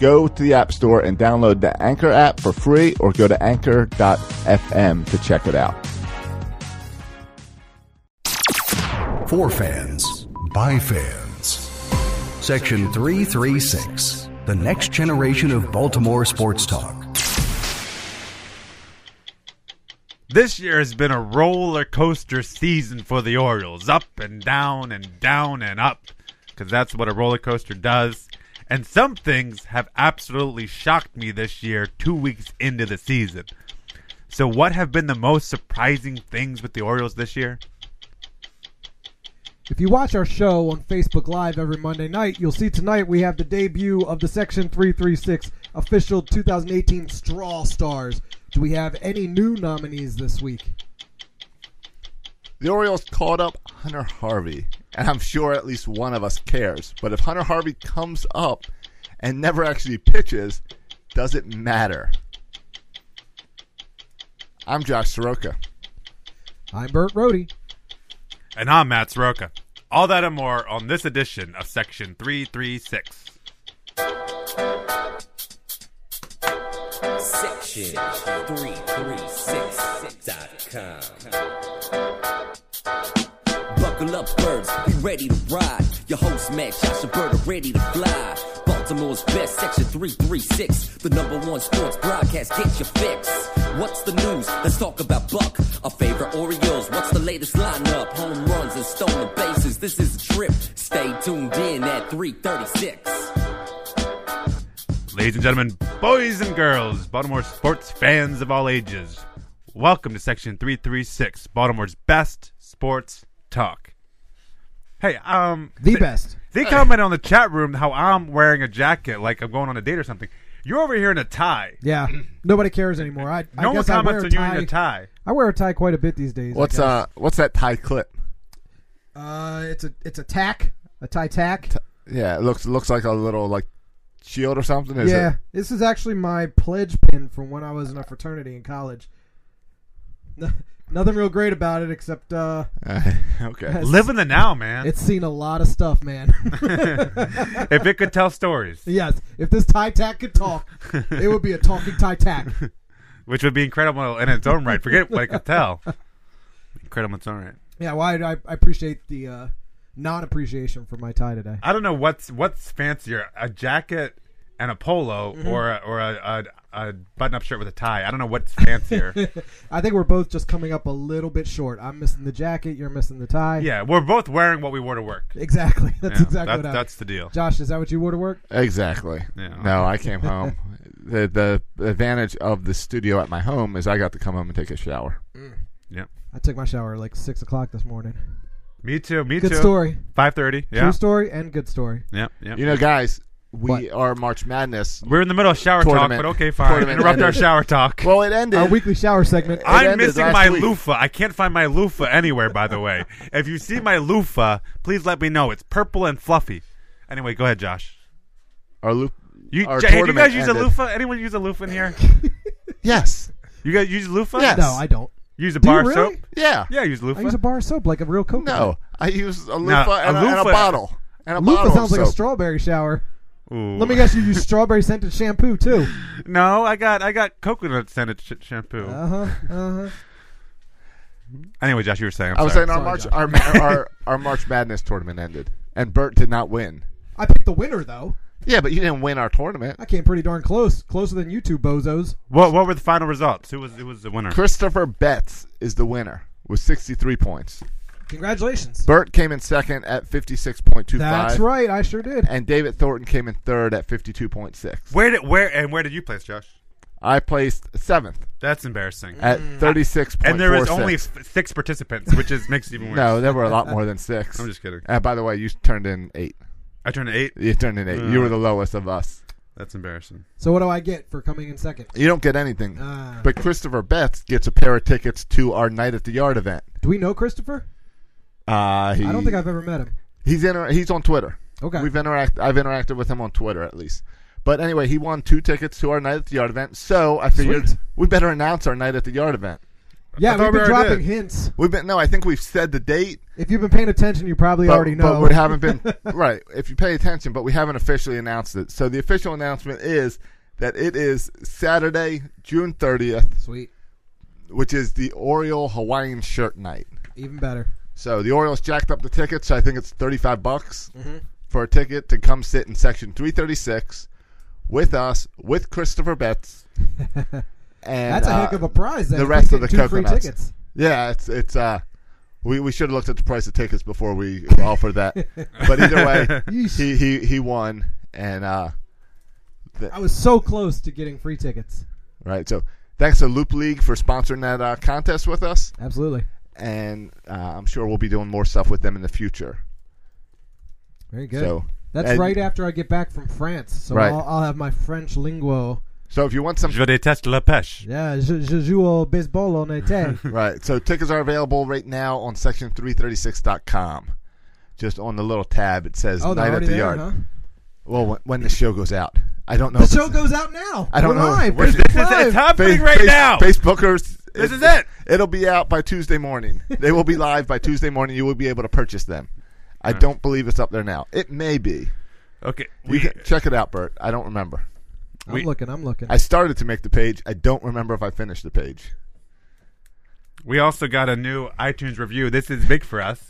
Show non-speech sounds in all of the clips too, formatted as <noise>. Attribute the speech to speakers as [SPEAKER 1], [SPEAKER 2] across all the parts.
[SPEAKER 1] Go to the App Store and download the Anchor app for free or go to anchor.fm to check it out.
[SPEAKER 2] For fans, by fans. Section 336, the next generation of Baltimore sports talk.
[SPEAKER 3] This year has been a roller coaster season for the Orioles. Up and down and down and up. Because that's what a roller coaster does. And some things have absolutely shocked me this year, two weeks into the season. So, what have been the most surprising things with the Orioles this year?
[SPEAKER 4] If you watch our show on Facebook Live every Monday night, you'll see tonight we have the debut of the Section 336 official 2018 Straw Stars. Do we have any new nominees this week?
[SPEAKER 1] The Orioles called up Hunter Harvey, and I'm sure at least one of us cares. But if Hunter Harvey comes up and never actually pitches, does it matter? I'm Josh Soroka.
[SPEAKER 4] I'm Bert Rohde.
[SPEAKER 3] And I'm Matt Soroka. All that and more on this edition of Section 336.
[SPEAKER 5] Section 336.com. Buckle up, birds, be ready to ride. Your host, Matt Shashabird, ready to fly. Baltimore's best, Section 336, the number one sports broadcast. Get your fix. What's the news? Let's talk about Buck, our favorite Orioles. What's the latest lineup? Home runs and stolen bases. This is a trip. Stay tuned in at 336.
[SPEAKER 3] Ladies and gentlemen, boys and girls, Baltimore sports fans of all ages, welcome to Section 336, Baltimore's best sports talk. Hey, um,
[SPEAKER 4] The best.
[SPEAKER 3] they commented on the chat room how I'm wearing a jacket like I'm going on a date or something. You're over here in a tie.
[SPEAKER 4] Yeah, nobody cares anymore. I, I
[SPEAKER 3] No one
[SPEAKER 4] guess I wear
[SPEAKER 3] comments
[SPEAKER 4] a
[SPEAKER 3] on you in
[SPEAKER 4] tie.
[SPEAKER 3] your tie.
[SPEAKER 4] I wear a tie quite a bit these days. I
[SPEAKER 1] What's
[SPEAKER 4] guess.
[SPEAKER 1] uh what's that tie clip?
[SPEAKER 4] Uh, it's a it's a tack, a tie tack.
[SPEAKER 1] Yeah, it looks looks like a little like shield or something. Is
[SPEAKER 4] yeah,
[SPEAKER 1] it?
[SPEAKER 4] this is actually my pledge pin from when I was in a fraternity in college. <laughs> No- Nothing real great about it except uh,
[SPEAKER 1] Uh, <laughs> okay.
[SPEAKER 3] Live in the now, man.
[SPEAKER 4] it's seen a lot of stuff, man. <laughs>
[SPEAKER 3] <laughs> if it could tell stories,
[SPEAKER 4] yes, if this tie tack could talk, it would be a talking tie tack.
[SPEAKER 3] which would be incredible in its own right. Forget what it could
[SPEAKER 4] <laughs>
[SPEAKER 3] tell. Incredible in its own right.
[SPEAKER 4] Yeah, well, I, I I appreciate the uh, non appreciation for my tie today.
[SPEAKER 3] I don't know what's what's fancier, a jacket and a polo,
[SPEAKER 1] Mm-hmm.
[SPEAKER 3] or a, or a, a, a button-up shirt with a tie. I don't know what's
[SPEAKER 1] <laughs>
[SPEAKER 3] fancier.
[SPEAKER 4] I think we're both just coming up a little bit short. I'm missing the jacket. You're missing the tie.
[SPEAKER 3] yeah, we're both wearing what we wore to work.
[SPEAKER 4] exactly. <laughs> That's
[SPEAKER 3] Yeah,
[SPEAKER 4] exactly
[SPEAKER 3] that's,
[SPEAKER 4] what I.
[SPEAKER 3] that's the deal.
[SPEAKER 4] Josh, is that what you wore to work?
[SPEAKER 1] Exactly.
[SPEAKER 3] Yeah.
[SPEAKER 1] No, I came home. the The advantage of the studio at my home is I got to come home and take a shower.
[SPEAKER 3] Yeah,
[SPEAKER 4] I took my shower at like six o'clock this morning.
[SPEAKER 3] me too. Me
[SPEAKER 4] Good
[SPEAKER 3] too.
[SPEAKER 4] story.
[SPEAKER 3] Five thirty. Yeah.
[SPEAKER 4] True story and good story.
[SPEAKER 3] Yeah. Yeah.
[SPEAKER 1] You know, guys, we
[SPEAKER 4] What?
[SPEAKER 1] are March Madness.
[SPEAKER 3] We're in the middle of shower
[SPEAKER 1] Tournament.
[SPEAKER 3] talk, but okay, fine.
[SPEAKER 1] Tournament
[SPEAKER 3] Interrupt our
[SPEAKER 1] ended.
[SPEAKER 3] shower talk.
[SPEAKER 1] Well, it ended.
[SPEAKER 4] Our weekly shower segment.
[SPEAKER 1] I-
[SPEAKER 3] I'm
[SPEAKER 1] ended
[SPEAKER 3] missing
[SPEAKER 1] last
[SPEAKER 3] my
[SPEAKER 1] week.
[SPEAKER 3] loofah. I can't find my loofah anywhere, by the
[SPEAKER 1] <laughs>
[SPEAKER 3] way. if you see my loofah, please let me know. It's purple and fluffy. Anyway, go ahead, Josh.
[SPEAKER 1] our loop.
[SPEAKER 3] You,
[SPEAKER 1] our
[SPEAKER 3] Jay, do you
[SPEAKER 1] tournament
[SPEAKER 3] guys use a
[SPEAKER 1] ended.
[SPEAKER 3] loofah? Anyone use a loofah in here?
[SPEAKER 1] Yes.
[SPEAKER 3] You guys use loofah?
[SPEAKER 1] Yes.
[SPEAKER 4] no, I don't.
[SPEAKER 3] Use a
[SPEAKER 4] Do you
[SPEAKER 3] bar
[SPEAKER 4] really?
[SPEAKER 3] soap?
[SPEAKER 1] Yeah.
[SPEAKER 3] Yeah, use loofah.
[SPEAKER 4] I use a bar of soap like a real coconut.
[SPEAKER 1] No, I use a loofah,
[SPEAKER 3] Now, a
[SPEAKER 1] and, a, and a
[SPEAKER 3] loofah-
[SPEAKER 1] bottle. And a
[SPEAKER 4] Lupa
[SPEAKER 1] bottle of
[SPEAKER 4] sounds like a
[SPEAKER 1] soap.
[SPEAKER 4] strawberry shower.
[SPEAKER 3] Ooh.
[SPEAKER 4] Let me guess, you use strawberry scented shampoo too.
[SPEAKER 3] <laughs> No, I got I got coconut scented sh- shampoo.
[SPEAKER 4] Uh huh. Uh huh.
[SPEAKER 3] anyway, Josh, you were saying. I'm
[SPEAKER 1] I was
[SPEAKER 3] sorry.
[SPEAKER 1] saying our
[SPEAKER 4] Sorry,
[SPEAKER 1] March
[SPEAKER 4] Josh.
[SPEAKER 1] our, ma- our our March Madness tournament ended, and Bert did not win.
[SPEAKER 4] I picked the winner though.
[SPEAKER 1] Yeah, but you didn't win our tournament.
[SPEAKER 4] I came pretty darn close, closer than you two bozos.
[SPEAKER 3] What what were the final results? Who was who was the winner?
[SPEAKER 1] Christopher Betts is the winner with 63 points.
[SPEAKER 4] Congratulations.
[SPEAKER 1] Bert came in second at 56.25.
[SPEAKER 4] That's right. I sure did.
[SPEAKER 1] And David Thornton came in third at 52.6.
[SPEAKER 3] Where did where and where did you place, Josh?
[SPEAKER 1] I placed seventh
[SPEAKER 3] That's embarrassing.
[SPEAKER 1] at 36.
[SPEAKER 3] Hmm. and there was only f- six participants, which is makes it even
[SPEAKER 1] <laughs>
[SPEAKER 3] worse.
[SPEAKER 1] no, there were a lot more than six.
[SPEAKER 3] <laughs> I'm just kidding.
[SPEAKER 1] Uh, by the way, you turned in eight.
[SPEAKER 3] I turned eight. Uh.
[SPEAKER 1] You turned in eight. you were the lowest of us.
[SPEAKER 3] That's embarrassing.
[SPEAKER 4] So what do I get for coming in second?
[SPEAKER 1] You don't get anything.
[SPEAKER 3] Uh.
[SPEAKER 4] Ah.
[SPEAKER 1] but Christopher Betts gets a pair of tickets to our Night at the Yard event.
[SPEAKER 4] Do we know Christopher?
[SPEAKER 1] Uh, he,
[SPEAKER 4] I don't think I've ever met him.
[SPEAKER 1] He's inter- he's on Twitter.
[SPEAKER 4] Okay.
[SPEAKER 1] We've interact. I've interacted with him on Twitter at least. But anyway, he won two tickets to our Night at the Yard event. So I figured
[SPEAKER 4] Sweet.
[SPEAKER 1] we better announce our Night at the Yard event.
[SPEAKER 4] Yeah,
[SPEAKER 3] thought
[SPEAKER 4] we've
[SPEAKER 3] we
[SPEAKER 4] been
[SPEAKER 3] already
[SPEAKER 4] dropping
[SPEAKER 3] did.
[SPEAKER 4] hints.
[SPEAKER 1] We've been no. I think we've said the date.
[SPEAKER 4] If you've been paying attention, you probably
[SPEAKER 1] but,
[SPEAKER 4] already know.
[SPEAKER 1] But
[SPEAKER 4] <laughs>
[SPEAKER 1] we haven't been right. If you pay attention, but we haven't officially announced it. So the official announcement is that it is Saturday, June thirtieth,
[SPEAKER 4] Sweet,
[SPEAKER 1] which is the Oriole Hawaiian Shirt Night.
[SPEAKER 4] even better.
[SPEAKER 1] So the Orioles jacked up the tickets. I think it's thirty-five bucks for a ticket to come sit in section three thirty-six with us with Christopher
[SPEAKER 4] <laughs>
[SPEAKER 1] Betts. And
[SPEAKER 4] That's a
[SPEAKER 1] uh,
[SPEAKER 4] heck of a prize. Then,
[SPEAKER 1] the
[SPEAKER 4] if
[SPEAKER 1] rest
[SPEAKER 4] we
[SPEAKER 1] of the
[SPEAKER 4] get two free
[SPEAKER 1] coconuts.
[SPEAKER 4] tickets.
[SPEAKER 1] Yeah, it's it's uh, we we should have looked at the price of tickets before we <laughs> offered that. but either way,
[SPEAKER 4] <laughs> Yeesh.
[SPEAKER 1] he he he won, and uh, th-
[SPEAKER 4] I was so close to getting free tickets.
[SPEAKER 1] right. So thanks to Loop League for sponsoring that uh, contest with us,
[SPEAKER 4] Absolutely,
[SPEAKER 1] and uh, I'm sure we'll be doing more stuff with them in the future.
[SPEAKER 4] very good.
[SPEAKER 1] So
[SPEAKER 4] That's
[SPEAKER 1] and-
[SPEAKER 4] right after I get back from France, so
[SPEAKER 1] Right.
[SPEAKER 4] I'll, I'll have my French linguo.
[SPEAKER 1] So if you want
[SPEAKER 4] <laughs>
[SPEAKER 1] some
[SPEAKER 3] Je déteste la pêche.
[SPEAKER 4] Yeah, je, je joue au baseball en été.
[SPEAKER 1] <laughs> Right. So tickets are available right now on section336.com. Just on the little tab, it says
[SPEAKER 4] oh, they're
[SPEAKER 1] Night at
[SPEAKER 4] already
[SPEAKER 1] the
[SPEAKER 4] there,
[SPEAKER 1] Yard.
[SPEAKER 4] huh?
[SPEAKER 1] Well, when, when the show goes out. I don't know.
[SPEAKER 4] The
[SPEAKER 1] if
[SPEAKER 4] show
[SPEAKER 1] it's-
[SPEAKER 4] goes out now.
[SPEAKER 1] I don't
[SPEAKER 4] We're
[SPEAKER 1] know. <laughs>
[SPEAKER 4] live.
[SPEAKER 1] Where's
[SPEAKER 4] Facebook
[SPEAKER 3] This is
[SPEAKER 4] Live.
[SPEAKER 3] it's happening
[SPEAKER 1] Face-
[SPEAKER 3] right
[SPEAKER 1] face-
[SPEAKER 3] now.
[SPEAKER 1] Facebookers.
[SPEAKER 3] This is it.
[SPEAKER 1] It'll be out by Tuesday morning. They will be live by Tuesday morning. You will be able to purchase them. I don't believe it's up there now. It may be.
[SPEAKER 3] Okay,
[SPEAKER 1] You
[SPEAKER 3] we
[SPEAKER 1] can check it out, Bert. I don't remember.
[SPEAKER 4] I'm
[SPEAKER 3] We-
[SPEAKER 4] looking. I'm looking.
[SPEAKER 1] I started to make the page. I don't remember if I finished the page. <laughs>
[SPEAKER 3] we also got a new iTunes review. This is big for us.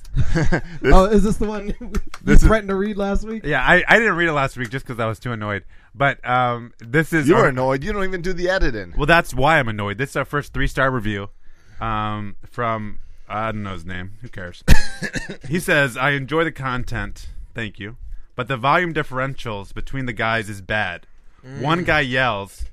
[SPEAKER 4] oh, is this the one <laughs> you
[SPEAKER 1] This is-
[SPEAKER 4] threatened to read last week?
[SPEAKER 3] Yeah, I, I didn't read it last week just because I was too annoyed. But um, this is
[SPEAKER 1] You
[SPEAKER 3] our-
[SPEAKER 1] are annoyed. You don't even do the editing.
[SPEAKER 3] Well, that's why I'm annoyed. This is our first three star review um, from, I don't know his name. Who cares? he says, I enjoy the content. Thank you. But the volume differentials between the guys is bad. One guy yells,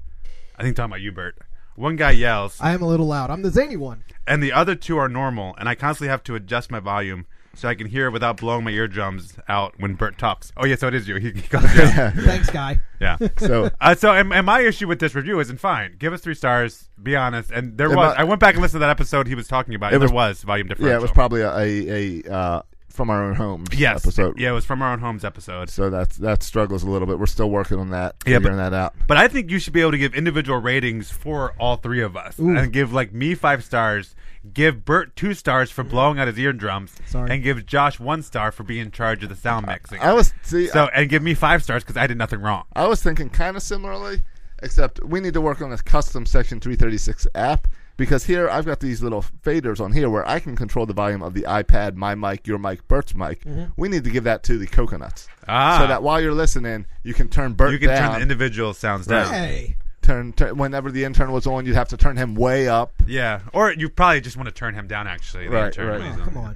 [SPEAKER 3] I think talking about you, Bert. One guy yells,
[SPEAKER 4] I am a little loud. I'm the zany one.
[SPEAKER 3] and the other two are normal, and I constantly have to adjust my volume. So I can hear it without blowing my eardrums out when Bert talks. Oh yeah, so it is you. He, he calls you. out.
[SPEAKER 4] <laughs> Thanks, guy.
[SPEAKER 3] yeah. <laughs>
[SPEAKER 1] So
[SPEAKER 3] Uh, so, and, and my issue with this review isn't fine. Give us three stars. Be honest. And there
[SPEAKER 1] Am
[SPEAKER 3] was.
[SPEAKER 1] I-
[SPEAKER 3] I went back and listened to that episode he was talking about. and
[SPEAKER 1] was-
[SPEAKER 3] there was volume differential.
[SPEAKER 1] Yeah, it was probably a, a, a uh, from our own home
[SPEAKER 3] yes.
[SPEAKER 1] episode.
[SPEAKER 3] Yeah, it was from our own homes episode.
[SPEAKER 1] So that's that struggles a little bit. We're still working on that,
[SPEAKER 3] Yeah,
[SPEAKER 1] figuring
[SPEAKER 3] but-
[SPEAKER 1] that out.
[SPEAKER 3] But I think you should be able to give individual ratings for all three of us and give like me five stars. Give Bert two stars for blowing out his eardrums,
[SPEAKER 4] Sorry.
[SPEAKER 3] and give Josh one star for being in charge of the sound mixing.
[SPEAKER 1] I was see,
[SPEAKER 3] so,
[SPEAKER 1] I,
[SPEAKER 3] and give me five stars because I did nothing wrong.
[SPEAKER 1] I was thinking kind of similarly, except we need to work on this custom section 336 app because here I've got these little faders on here where I can control the volume of the iPad, my mic, your mic, Bert's mic. We need to give that to the coconuts
[SPEAKER 3] Ah.
[SPEAKER 1] so that while you're listening, you can turn Bert
[SPEAKER 3] You can
[SPEAKER 1] down.
[SPEAKER 3] turn the individual sounds down.
[SPEAKER 4] Hey,
[SPEAKER 1] turn, turn whenever the intern was on, you'd have to turn him way up.
[SPEAKER 3] Yeah, or you probably just want to turn him down. Actually, the
[SPEAKER 1] Right,
[SPEAKER 3] intern
[SPEAKER 1] right.
[SPEAKER 3] when he's
[SPEAKER 4] oh, come on.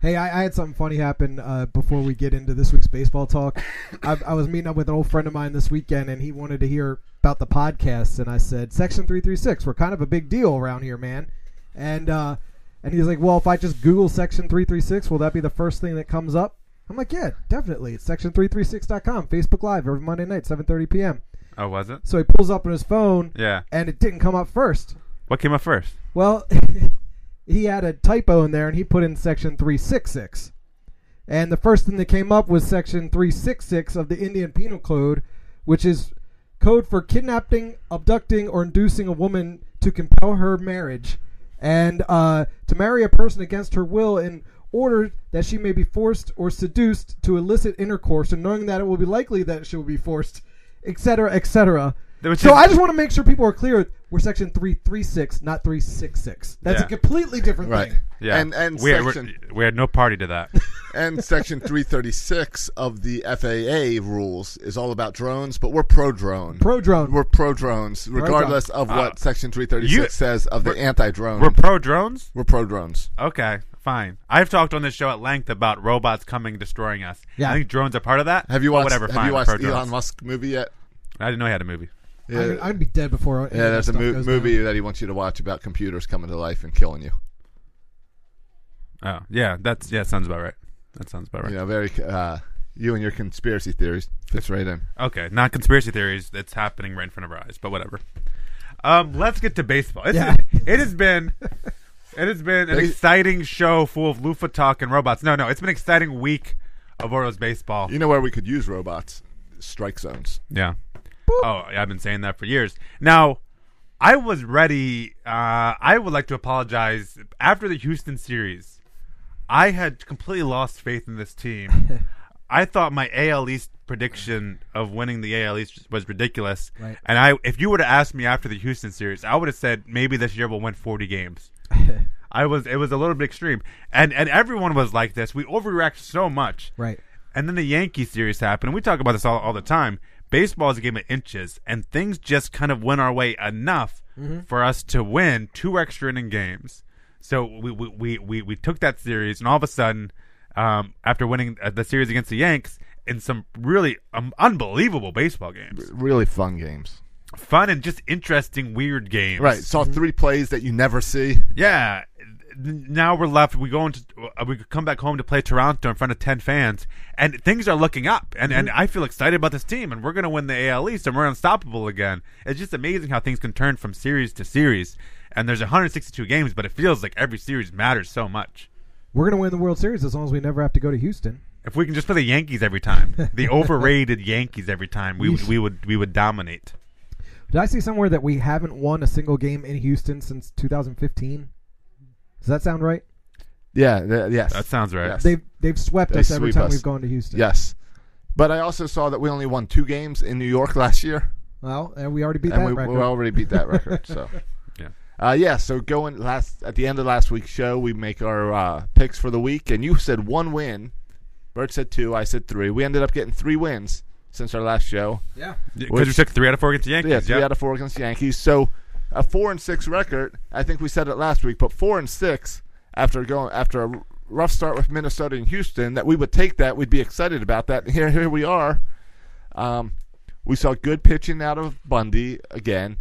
[SPEAKER 4] Hey, I, I had something funny happen uh, before we get into this week's baseball talk. I, I was meeting up with an old friend of mine this weekend, and he wanted to hear about the podcast. And I said, "Section three three six, we're kind of a big deal around here, man." And uh, and he's like, "Well, if I just Google Section three three six, will that be the first thing that comes up?" I'm like, "Yeah, definitely." It's section336.com, Facebook Live every Monday night, 7:30 p.m.
[SPEAKER 3] Oh, was it?
[SPEAKER 4] So he pulls up on his phone,
[SPEAKER 3] Yeah.
[SPEAKER 4] and it didn't come up first.
[SPEAKER 3] What came up first?
[SPEAKER 4] Well, <laughs> he had a typo in there and he put in section 366. And the first thing that came up was section 366 of the Indian Penal Code, which is code for kidnapping, abducting, or inducing a woman to compel her marriage and uh, to marry a person against her will in order that she may be forced or seduced to illicit intercourse and knowing that it will be likely that she will be forced, etc., etc.
[SPEAKER 3] Which
[SPEAKER 4] So
[SPEAKER 3] is-
[SPEAKER 4] I just want to make sure people are clear. We're section 336, not 366. That's
[SPEAKER 3] Yeah.
[SPEAKER 4] a completely different
[SPEAKER 1] Right.
[SPEAKER 4] thing.
[SPEAKER 3] Yeah,
[SPEAKER 1] And and
[SPEAKER 3] we,
[SPEAKER 1] section
[SPEAKER 3] we we had no party
[SPEAKER 1] <laughs>
[SPEAKER 3] to that. <laughs>
[SPEAKER 1] and section 336 of the FAA rules is all about drones, but we're pro drone.
[SPEAKER 4] Pro drone.
[SPEAKER 1] We're pro drones, regardless of what section 336
[SPEAKER 3] Ah. you-
[SPEAKER 1] says of the anti drone.
[SPEAKER 3] We're pro drones.
[SPEAKER 1] We're pro drones.
[SPEAKER 3] Okay, fine. I've talked on this show at length about robots coming destroying us.
[SPEAKER 4] Yeah.
[SPEAKER 3] I think drones are part of that.
[SPEAKER 1] Have you
[SPEAKER 3] But
[SPEAKER 1] watched,
[SPEAKER 3] whatever?
[SPEAKER 1] have
[SPEAKER 3] fine.
[SPEAKER 1] you
[SPEAKER 3] I'm
[SPEAKER 1] watched
[SPEAKER 3] pro
[SPEAKER 1] Elon
[SPEAKER 3] drones.
[SPEAKER 1] Musk movie yet?
[SPEAKER 3] I didn't know he had a movie.
[SPEAKER 1] Yeah,
[SPEAKER 4] I'd, I'd be dead before. any of
[SPEAKER 1] yeah
[SPEAKER 4] that
[SPEAKER 1] there's a
[SPEAKER 4] stuff
[SPEAKER 1] mo-
[SPEAKER 4] goes
[SPEAKER 1] movie
[SPEAKER 4] down.
[SPEAKER 1] that he wants you to watch about computers coming to life and killing you.
[SPEAKER 3] Oh yeah, that's yeah, sounds about right. That sounds about right.
[SPEAKER 1] You know, very. Uh, You and your conspiracy theories fits right in.
[SPEAKER 3] Okay, not conspiracy theories. It's happening right in front of our eyes, but whatever. Um, let's get to baseball. It's,
[SPEAKER 4] Yeah.
[SPEAKER 3] <laughs> It has been, it has been an
[SPEAKER 1] They-
[SPEAKER 3] exciting show full of loofah talk and robots. No, no, it's been an exciting week of Orioles baseball.
[SPEAKER 1] You know where we could use robots? Strike zones.
[SPEAKER 3] Yeah. Oh, yeah, I've been saying that for years. Now, I was ready. Uh, I would like to apologize. After the Houston series, I had completely lost faith in this
[SPEAKER 4] <laughs>
[SPEAKER 3] team. I thought my AL East prediction of winning the AL East was ridiculous.
[SPEAKER 4] Right.
[SPEAKER 3] And I, if you would have asked me after the Houston series, I would have said maybe this year we'll win 40
[SPEAKER 4] <laughs>
[SPEAKER 3] games. I was it was a little bit extreme, and and everyone was like this. We overreact so much,
[SPEAKER 4] Right.
[SPEAKER 3] and then the Yankee series happened. And we talk about this all, all the time. Baseball is a game of inches, and things just kind of went our way enough for us to win two extra inning games. So we we, we, we, we took that series, and all of a sudden, um, after winning uh, the series against the Yanks in some really um, unbelievable baseball games,
[SPEAKER 1] Really fun games.
[SPEAKER 3] fun and just interesting, weird games.
[SPEAKER 1] Right. Saw
[SPEAKER 4] Mm-hmm.
[SPEAKER 1] three plays that you never see.
[SPEAKER 3] Yeah. Now we're left. We go into uh, we come back home to play Toronto in front of ten fans, and things are looking up. And and
[SPEAKER 1] Mm-hmm.
[SPEAKER 3] I feel excited about this team, and we're going to win the AL East, and we're unstoppable again. It's just amazing how things can turn from series to series. And there's 162 games, but it feels like every series matters so much.
[SPEAKER 4] We're gonna win the World Series as long as we never have to go to Houston.
[SPEAKER 3] If we can just play the Yankees
[SPEAKER 1] <laughs>
[SPEAKER 3] every time, the overrated Yankees every time, we would we would we would dominate.
[SPEAKER 4] Did I see somewhere that we haven't won a single game in Houston since 2015? Does that sound right?
[SPEAKER 1] Yeah. th- yes.
[SPEAKER 3] That sounds right.
[SPEAKER 1] Yes.
[SPEAKER 4] They've they've swept
[SPEAKER 1] They
[SPEAKER 4] us every
[SPEAKER 1] sweep
[SPEAKER 4] time
[SPEAKER 1] us.
[SPEAKER 4] we've gone to Houston.
[SPEAKER 1] yes. But I also saw that we only won two games in New York last year,
[SPEAKER 4] Well, and we already beat
[SPEAKER 1] and
[SPEAKER 4] that
[SPEAKER 1] we, we
[SPEAKER 4] record.
[SPEAKER 1] already beat that record. <laughs> So.
[SPEAKER 3] Yeah.
[SPEAKER 1] Uh, yeah, so going last at the end of last week's show, we make our uh, picks for the week, and you said one win. Bert said two, I said three. We ended up getting three wins since our last show.
[SPEAKER 4] yeah.
[SPEAKER 3] Because we took three out of four against the Yankees.
[SPEAKER 1] Yeah, three
[SPEAKER 3] yep.
[SPEAKER 1] out of four against the Yankees. So a four and six record. I think we said it last week, but four and six after going after a rough start with Minnesota and Houston, that we would take that. We'd be excited about that. <laughs> Here, here we are. Um, we saw good pitching out of Bundy again.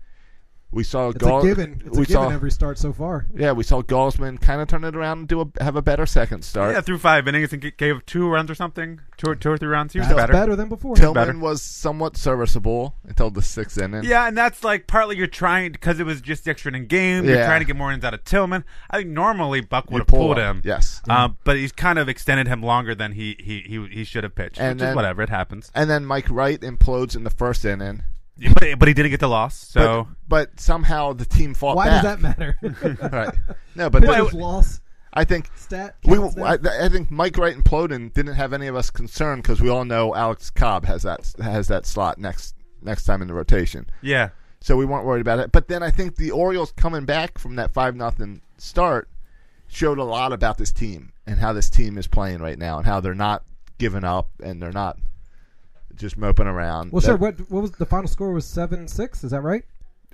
[SPEAKER 1] We saw
[SPEAKER 4] It's a given. It's a given every start so far.
[SPEAKER 1] yeah, we saw Galsman kind of turn it around and do a, have a better second start.
[SPEAKER 3] Yeah, through five innings and g- gave two runs or something, two or, two or three runs. He was
[SPEAKER 4] That's
[SPEAKER 3] better.
[SPEAKER 4] better. than before.
[SPEAKER 1] Tillman
[SPEAKER 3] better.
[SPEAKER 1] was somewhat serviceable until the sixth inning.
[SPEAKER 3] Yeah, and that's like partly you're trying because it was just the extra inning game. You're
[SPEAKER 1] Yeah.
[SPEAKER 3] trying to get more innings out of Tillman. I think normally Buck would have
[SPEAKER 1] pull
[SPEAKER 3] pulled
[SPEAKER 1] him,
[SPEAKER 3] him.
[SPEAKER 1] yes.
[SPEAKER 3] um, but he's kind of extended him longer than he he he, he should have pitched,
[SPEAKER 1] And
[SPEAKER 3] which
[SPEAKER 1] then-
[SPEAKER 3] is whatever. It happens.
[SPEAKER 1] And then Mike Wright implodes in the first inning.
[SPEAKER 3] But, but he didn't get the loss, so
[SPEAKER 1] But, but somehow the team fought
[SPEAKER 4] Why
[SPEAKER 1] back.
[SPEAKER 4] does that matter?
[SPEAKER 1] right. No, <laughs>
[SPEAKER 4] <laughs>
[SPEAKER 1] but
[SPEAKER 4] Pitcher's loss
[SPEAKER 1] I think
[SPEAKER 4] stat.
[SPEAKER 1] we.
[SPEAKER 4] counts now.
[SPEAKER 1] I, I think Mike Wright imploding didn't have any of us concerned because we all know Alex Cobb has that has that slot next next time in the rotation,
[SPEAKER 3] yeah.
[SPEAKER 1] so we weren't worried about it. But then I think the Orioles coming back from that five nothing start showed a lot about this team and how this team is playing right now and how they're not giving up and they're not just moping around.
[SPEAKER 4] well, sure. What what was the final score? Was seven six? Is that right?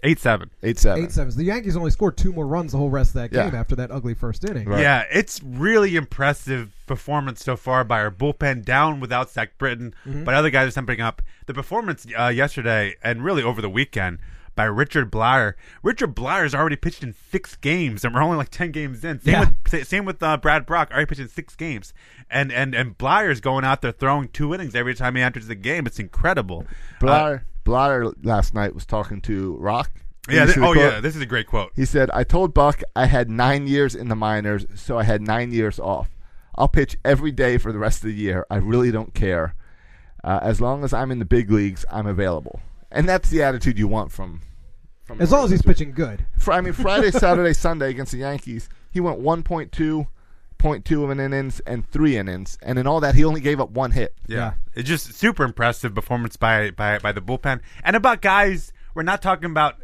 [SPEAKER 3] Eight seven.
[SPEAKER 1] eight seven.
[SPEAKER 4] Eight sevens. The Yankees only scored two more runs the whole rest of that
[SPEAKER 1] Yeah.
[SPEAKER 4] game after that ugly first inning.
[SPEAKER 1] Right.
[SPEAKER 3] Yeah, it's really impressive performance so far by our bullpen down without Zach Britton,
[SPEAKER 1] Mm-hmm.
[SPEAKER 3] but other guys are stepping up. The performance uh, yesterday and really over the weekend by Richard Blyer. Richard Blyer's already pitched in six games, and we're only like ten games in. Same
[SPEAKER 4] Yeah.
[SPEAKER 3] with sa- same with uh, Brad Brock. Already pitched in six games, and and and Blyer's going out there throwing two innings every time he enters the game. It's incredible. Uh,
[SPEAKER 1] Blatter, Blatter last night was talking to Rock.
[SPEAKER 3] yeah.
[SPEAKER 1] Did
[SPEAKER 3] Th-
[SPEAKER 1] you see the
[SPEAKER 3] oh
[SPEAKER 1] quote?
[SPEAKER 3] yeah. This is a great quote.
[SPEAKER 1] He said, I told Buck I had nine years in the minors, so I had nine years off. I'll pitch every day for the rest of the year. I really don't care. Uh, as long as I'm in the big leagues, I'm available. And that's the attitude you want from. from
[SPEAKER 4] As long as he's pitching good.
[SPEAKER 1] Fr- I mean, Friday, Saturday, Sunday against the Yankees, he went 1.2, 0.2 of an innings and three innings. And in all that, he only gave up one hit.
[SPEAKER 3] Yeah.
[SPEAKER 4] Yeah.
[SPEAKER 3] It's just super impressive performance by, by by the bullpen. And about guys, we're not talking about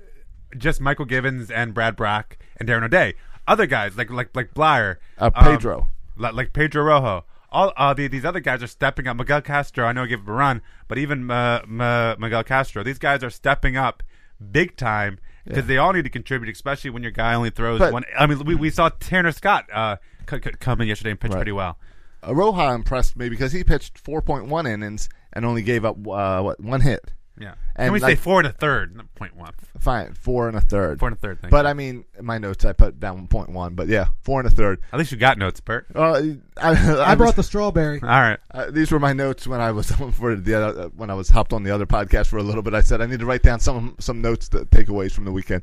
[SPEAKER 3] just Michael Givens and Brad Brock and Darren O'Day. Other guys like like like Blyer,
[SPEAKER 1] Uh,
[SPEAKER 3] um,
[SPEAKER 1] Pedro.
[SPEAKER 3] li- like Pedro Rojo. All uh, the, these other guys are stepping up. Miguel Castro, I know, give him a run, but even uh, Ma- Miguel Castro, these guys are stepping up big time because they all need to contribute, especially when your guy only throws
[SPEAKER 1] But-
[SPEAKER 3] one. I mean, we, we saw Tanner Scott uh, c- c- come in yesterday and pitch pretty well.
[SPEAKER 1] Aroha impressed me because he pitched 4.1 innings and only gave up uh, what one hit.
[SPEAKER 3] Yeah.
[SPEAKER 1] And
[SPEAKER 3] Can we say
[SPEAKER 1] like-
[SPEAKER 3] four and a third? No, Point one.
[SPEAKER 1] Fine, four and a third.
[SPEAKER 3] Four and a third. Thank
[SPEAKER 1] But
[SPEAKER 3] you.
[SPEAKER 1] I mean, in my notes I put down point one, but yeah, four and a third.
[SPEAKER 3] at least you got notes, Bert.
[SPEAKER 1] Uh, I, <laughs>
[SPEAKER 4] I brought the strawberry.
[SPEAKER 3] All right.
[SPEAKER 1] Uh, these were my notes when I was <laughs> for the other, uh, when I was hopped on the other podcast for a little bit. I said I need to write down some some notes to takeaways from the
[SPEAKER 4] <laughs>
[SPEAKER 1] weekend,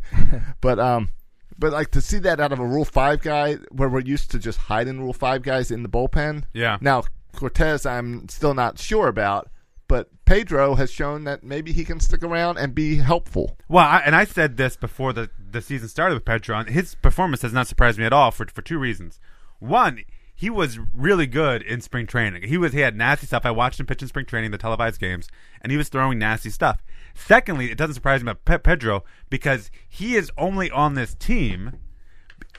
[SPEAKER 1] but um, but like to see that out of a Rule Five guy where we're used to just hiding Rule Five guys in the bullpen.
[SPEAKER 3] Yeah.
[SPEAKER 1] Now Cortez, I'm still not sure about, but Pedro has shown that maybe he can stick around and be helpful.
[SPEAKER 3] Well, I, and I said this before the, the season started with Pedro. and His performance has not surprised me at all for for two reasons. One, he was really good in spring training. He was he had nasty stuff. I watched him pitch in spring training, the televised games, and he was throwing nasty stuff. Secondly, it doesn't surprise me about Pe- Pedro because he is only on this team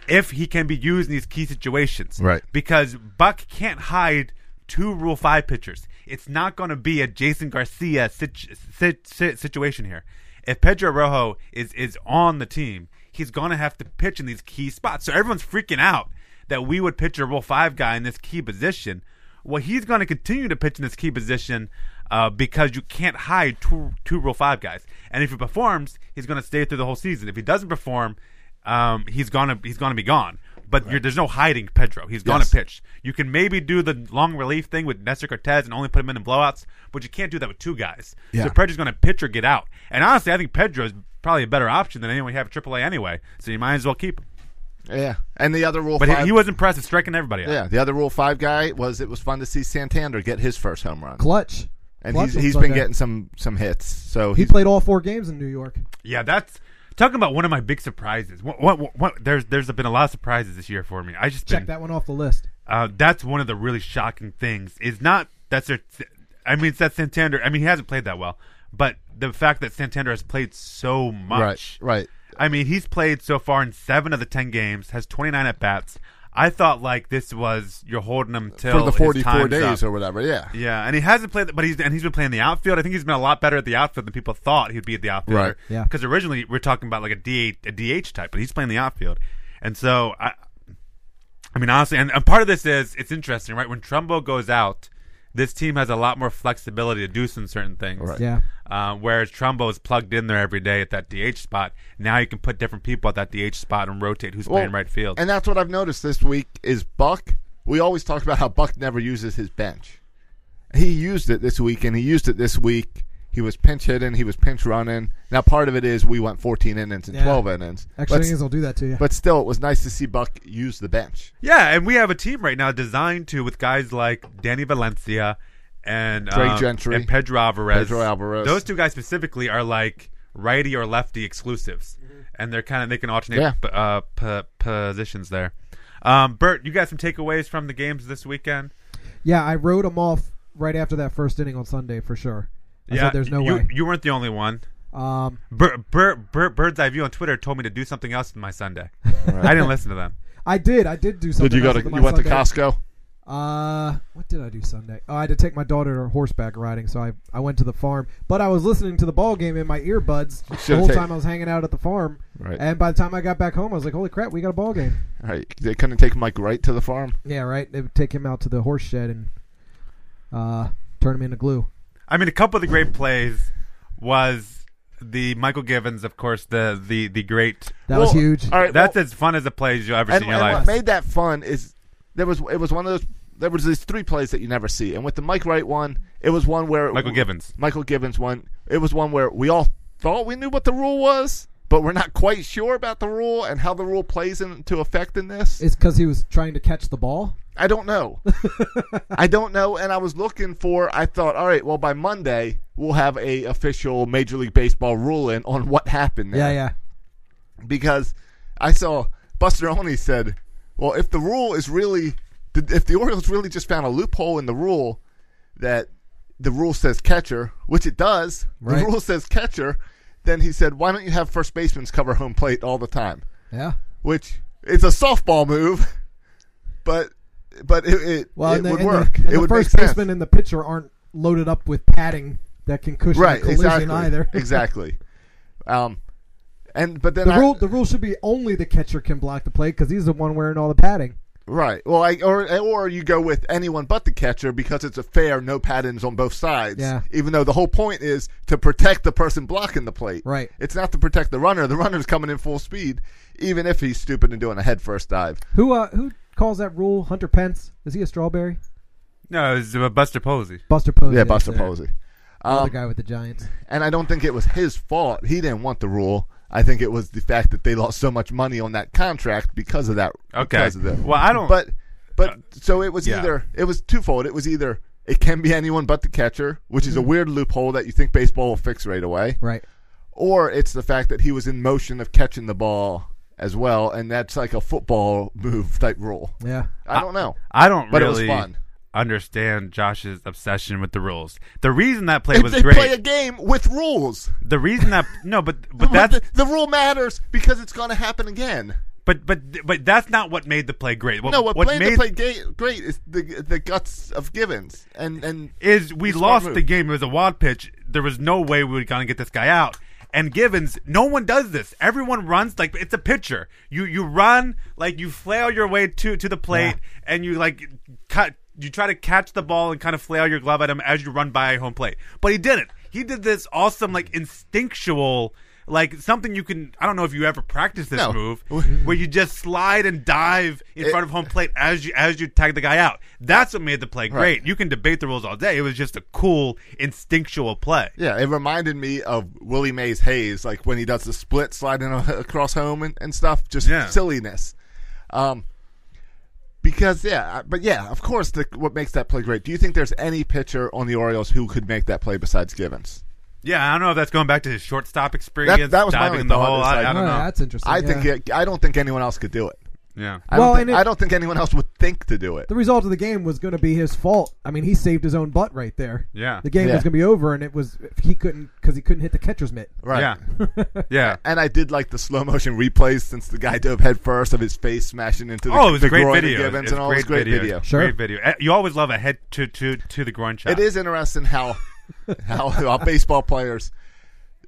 [SPEAKER 3] if he can be used in these key situations.
[SPEAKER 1] Right.
[SPEAKER 3] Because Buck can't hide two Rule 5 pitchers. It's not going to be a Jason Garcia sit- sit- sit- situation here. If Pedro Rojo is, is on the team, he's going to have to pitch in these key spots. So everyone's freaking out that we would pitch a Rule 5 guy in this key position. Well, he's going to continue to pitch in this key position uh, because you can't hide two, two Rule 5 guys. And if he performs, he's going to stay through the whole season. If he doesn't perform, um, he's gonna he's gonna be gone. But you're, there's no hiding Pedro. He's gonna
[SPEAKER 1] Yes.
[SPEAKER 3] pitch. You can maybe do the long relief thing with Nestor Cortez and only put him in in blowouts, but you can't do that with two guys.
[SPEAKER 1] Yeah.
[SPEAKER 3] So Pedro's gonna pitch or get out. And honestly, I think Pedro's probably a better option than anyone we have at AAA anyway. So you might as well keep him.
[SPEAKER 1] Yeah, and the other Rule
[SPEAKER 3] But he,
[SPEAKER 1] Five.
[SPEAKER 3] he was impressive, striking everybody out.
[SPEAKER 1] yeah, the other Rule Five guy was it was fun to see Santander get his first home run,
[SPEAKER 4] Clutch.
[SPEAKER 1] and
[SPEAKER 4] Clutch
[SPEAKER 1] he's
[SPEAKER 4] on
[SPEAKER 1] he's been
[SPEAKER 4] Sunday.
[SPEAKER 1] getting some some hits. So
[SPEAKER 4] He
[SPEAKER 1] he's
[SPEAKER 4] played all four games in New York.
[SPEAKER 3] Yeah, that's talking about one of my big surprises. What, what, what, there's there's been a lot of surprises this year for me. I just
[SPEAKER 4] Check
[SPEAKER 3] been,
[SPEAKER 4] that one off the list.
[SPEAKER 3] uh, that's one of the really shocking things. Is not that's their, I mean, it's that Santander. I mean, he hasn't played that well, but the fact that Santander has played so much,
[SPEAKER 1] Right, right.
[SPEAKER 3] I mean, he's played so far in seven of the ten games, has twenty nine at bats. I thought like this was you're holding him till
[SPEAKER 1] for the
[SPEAKER 3] his
[SPEAKER 1] 44
[SPEAKER 3] time's
[SPEAKER 1] days
[SPEAKER 3] up.
[SPEAKER 1] or whatever. Yeah.
[SPEAKER 3] Yeah, and he hasn't played, but he's and he's been playing the outfield. I think he's been a lot better at the outfield than people thought he'd be at the outfield.
[SPEAKER 1] Right.
[SPEAKER 4] Yeah.
[SPEAKER 3] Because originally we are talking about like a DH, a DH type, but he's playing the outfield, and so I, I mean honestly, and, and part of this is it's interesting, right? When Trumbo goes out, this team has a lot more flexibility to do some certain things.
[SPEAKER 1] Right.
[SPEAKER 4] Yeah.
[SPEAKER 3] Uh, whereas Trumbo is plugged in there every day at that DH spot. Now you can put different people at that DH spot and rotate who's
[SPEAKER 1] Well,
[SPEAKER 3] playing right field.
[SPEAKER 1] And that's what I've noticed this week is Buck. We always talk about how Buck never uses his bench. He used it this week, and he used it this week. He was pinch hitting. He was pinch running. Now, part of it is we went 14 innings and
[SPEAKER 4] Yeah.
[SPEAKER 1] 12 innings.
[SPEAKER 4] Extra
[SPEAKER 1] but,
[SPEAKER 4] innings will do that to you.
[SPEAKER 1] but still, it was nice to see Buck use the bench.
[SPEAKER 3] Yeah, and we have a team right now designed to with guys like Danny Valencia and
[SPEAKER 1] Trey
[SPEAKER 3] um,
[SPEAKER 1] Gentry.
[SPEAKER 3] and Pedro Alvarez.
[SPEAKER 1] Pedro Alvarez.
[SPEAKER 3] Those two guys specifically are like righty or lefty exclusives, and they're kind of they can alternate
[SPEAKER 1] Yeah.
[SPEAKER 3] p- uh, p- positions there. Um, Bert, you got some takeaways from the games this weekend?
[SPEAKER 4] yeah, I wrote him off right after that first inning on Sunday for sure. I said there's no
[SPEAKER 3] you,
[SPEAKER 4] way.
[SPEAKER 3] You weren't the only one.
[SPEAKER 4] Um,
[SPEAKER 3] Bert, Bert, Bert, Bird's Eye View on Twitter told me to do something else on my Sunday. I didn't listen to them.
[SPEAKER 4] I did. I did do something.
[SPEAKER 1] Did you go to
[SPEAKER 4] else with
[SPEAKER 1] you
[SPEAKER 4] my
[SPEAKER 1] went to
[SPEAKER 4] Sunday.
[SPEAKER 1] Costco?
[SPEAKER 4] Uh, what did I do Sunday? Oh, I had to take my daughter horseback riding, so I, I went to the farm. But I was listening to the ball game in my earbuds the
[SPEAKER 1] should've
[SPEAKER 4] whole
[SPEAKER 1] taken-
[SPEAKER 4] time I was hanging out at the farm.
[SPEAKER 1] Right.
[SPEAKER 4] And by the time I got back home, I was like, "Holy crap, we got a ball game!"
[SPEAKER 1] All right, they couldn't take Mike Wright to the farm.
[SPEAKER 4] Yeah, right. They would take him out to the horse shed and uh, turn him into glue.
[SPEAKER 3] I mean, a couple of the great plays was the Michael Givens, of course, the the the great.
[SPEAKER 4] That was
[SPEAKER 1] Well,
[SPEAKER 4] huge.
[SPEAKER 1] All right,
[SPEAKER 3] That's
[SPEAKER 1] well-
[SPEAKER 3] as fun as a play as you'll ever see
[SPEAKER 1] and,
[SPEAKER 3] in your
[SPEAKER 1] and
[SPEAKER 3] life.
[SPEAKER 1] what made that fun is there was it was one of those there was these three plays that you never see, and with the Mike Wright one, it was one where
[SPEAKER 3] Michael Givens.
[SPEAKER 1] Michael Givens one, it was one where we all thought we knew what the rule was, but we're not quite sure about the rule and how the rule plays into effect in this.
[SPEAKER 4] It's because he was trying to catch the ball.
[SPEAKER 1] I don't
[SPEAKER 4] <laughs>
[SPEAKER 1] know, I don't know, and I was looking for. I thought, all right, well by Monday we'll have a official Major League Baseball ruling on what happened. There
[SPEAKER 4] Yeah, yeah.
[SPEAKER 1] because I saw Buster Only said, "Well, if the rule is really, if the Orioles really just found a loophole in the rule that the rule says catcher, which it does,
[SPEAKER 4] Right.
[SPEAKER 1] the rule says catcher, then he said, why don't you have first baseman's cover home plate all the time?
[SPEAKER 4] Yeah.
[SPEAKER 1] Which it's a softball move, but." But it, it,
[SPEAKER 4] Well,
[SPEAKER 1] it
[SPEAKER 4] and the,
[SPEAKER 1] would
[SPEAKER 4] and the-
[SPEAKER 1] work.
[SPEAKER 4] and
[SPEAKER 1] it
[SPEAKER 4] the
[SPEAKER 1] would
[SPEAKER 4] first
[SPEAKER 1] make sense.
[SPEAKER 4] baseman and the pitcher aren't loaded up with padding that can cushion a
[SPEAKER 1] right?
[SPEAKER 4] collision
[SPEAKER 1] Exactly.
[SPEAKER 4] either. <laughs>
[SPEAKER 1] exactly. Um, and but then
[SPEAKER 4] The
[SPEAKER 1] I,
[SPEAKER 4] rule the rule should be only the catcher can block the plate because he's the one wearing all the padding.
[SPEAKER 1] Right. Well, I, or or you go with anyone but the catcher because it's a fair, no patterns on both sides.
[SPEAKER 4] Yeah.
[SPEAKER 1] Even though the whole point is to protect the person blocking the plate.
[SPEAKER 4] Right.
[SPEAKER 1] It's not to protect the runner. The runner's coming in full speed, even if he's stupid and doing a head first dive.
[SPEAKER 4] Who uh, who calls that rule? Hunter Pence. Is he a strawberry?
[SPEAKER 3] No, it's uh, Buster Posey.
[SPEAKER 4] Buster Posey.
[SPEAKER 1] Yeah,
[SPEAKER 4] is
[SPEAKER 1] Buster
[SPEAKER 4] there.
[SPEAKER 1] Posey.
[SPEAKER 4] Another
[SPEAKER 1] Um,
[SPEAKER 4] guy with the Giants.
[SPEAKER 1] and I don't think it was his fault. He didn't want the rule. I think it was the fact that they lost so much money on that contract because of that.
[SPEAKER 3] Okay.
[SPEAKER 1] Because of that.
[SPEAKER 3] Well, I don't- Uh,
[SPEAKER 1] But but so it was
[SPEAKER 3] yeah.
[SPEAKER 1] either it was twofold. It was either it can be anyone but the catcher, which is a
[SPEAKER 3] Mm-hmm.
[SPEAKER 1] weird loophole that you think baseball will fix right away,
[SPEAKER 4] Right.
[SPEAKER 1] or it's the fact that he was in motion of catching the ball as well, and that's like a football move type rule.
[SPEAKER 4] Yeah.
[SPEAKER 1] I don't know.
[SPEAKER 3] I don't
[SPEAKER 1] But it was
[SPEAKER 3] really
[SPEAKER 1] fun.
[SPEAKER 3] understand Josh's obsession with the rules. The reason that play
[SPEAKER 1] If
[SPEAKER 3] was
[SPEAKER 1] they
[SPEAKER 3] great.
[SPEAKER 1] play a game with rules.
[SPEAKER 3] the reason that
[SPEAKER 1] <laughs>
[SPEAKER 3] no, but but that's
[SPEAKER 1] the, the rule matters because it's going to happen again.
[SPEAKER 3] but but but that's not what made the play great. What,
[SPEAKER 1] No, what,
[SPEAKER 3] what
[SPEAKER 1] played
[SPEAKER 3] made
[SPEAKER 1] the play ga- great is the the guts of Givens and and
[SPEAKER 3] is we
[SPEAKER 1] Smart
[SPEAKER 3] lost
[SPEAKER 1] move.
[SPEAKER 3] the game. It was a wild pitch. There was no way we were gonna get this guy out. And Givens, no one does this. Everyone runs like it's a pitcher. You you run like you flail your way to to the plate, and you like cut. You try to catch the ball and kind of flail your glove at him as you run by home plate. But he didn't. He did this awesome like instinctual. Like something you can, I don't know if you ever practice this
[SPEAKER 1] No.
[SPEAKER 3] move,
[SPEAKER 1] <laughs>
[SPEAKER 3] where you just slide and dive in front of home plate as you as you tag the guy out. That's what made the play great.
[SPEAKER 1] Right.
[SPEAKER 3] You can debate the rules all day. It was just a cool instinctual play.
[SPEAKER 1] yeah, it reminded me of Willie Mays Hayes, like when he does the split sliding a- across home and, and stuff, just
[SPEAKER 3] Yeah.
[SPEAKER 1] silliness. Um, because yeah, I- but yeah, of course, the, what makes that play great? Do you think there's any pitcher on the Orioles who could make that play besides Givens?
[SPEAKER 3] Yeah, I don't know if that's going back to his shortstop experience.
[SPEAKER 1] That- that was my
[SPEAKER 3] diving
[SPEAKER 1] only
[SPEAKER 3] in the
[SPEAKER 1] thought,
[SPEAKER 3] hole.
[SPEAKER 1] is
[SPEAKER 3] I,
[SPEAKER 1] like-
[SPEAKER 3] I don't
[SPEAKER 4] Oh,
[SPEAKER 3] know.
[SPEAKER 4] That's interesting.
[SPEAKER 1] I
[SPEAKER 4] yeah.
[SPEAKER 1] think it, I don't think anyone else could do it. <laughs>
[SPEAKER 3] yeah.
[SPEAKER 1] I don't,
[SPEAKER 4] Well,
[SPEAKER 1] think,
[SPEAKER 4] and it-
[SPEAKER 1] I don't think anyone else would think to do it.
[SPEAKER 4] the result of the game was going to be his fault. I mean, he saved his own butt right there.
[SPEAKER 3] Yeah.
[SPEAKER 4] The game
[SPEAKER 1] Yeah.
[SPEAKER 4] was going to be over, and it was he couldn't because he couldn't hit the catcher's mitt.
[SPEAKER 1] Right.
[SPEAKER 3] Yeah.
[SPEAKER 1] <laughs>
[SPEAKER 3] yeah.
[SPEAKER 1] And I did like the slow motion replays since the guy dove head first of his face smashing into the
[SPEAKER 3] Oh, it was
[SPEAKER 1] the
[SPEAKER 3] a great
[SPEAKER 1] groin of
[SPEAKER 3] video.
[SPEAKER 1] Givens
[SPEAKER 3] It's
[SPEAKER 1] and all it was great video.
[SPEAKER 4] Sure.
[SPEAKER 3] Great video. Uh, You always love a head to to to the groin shot.
[SPEAKER 1] It is interesting how how how baseball players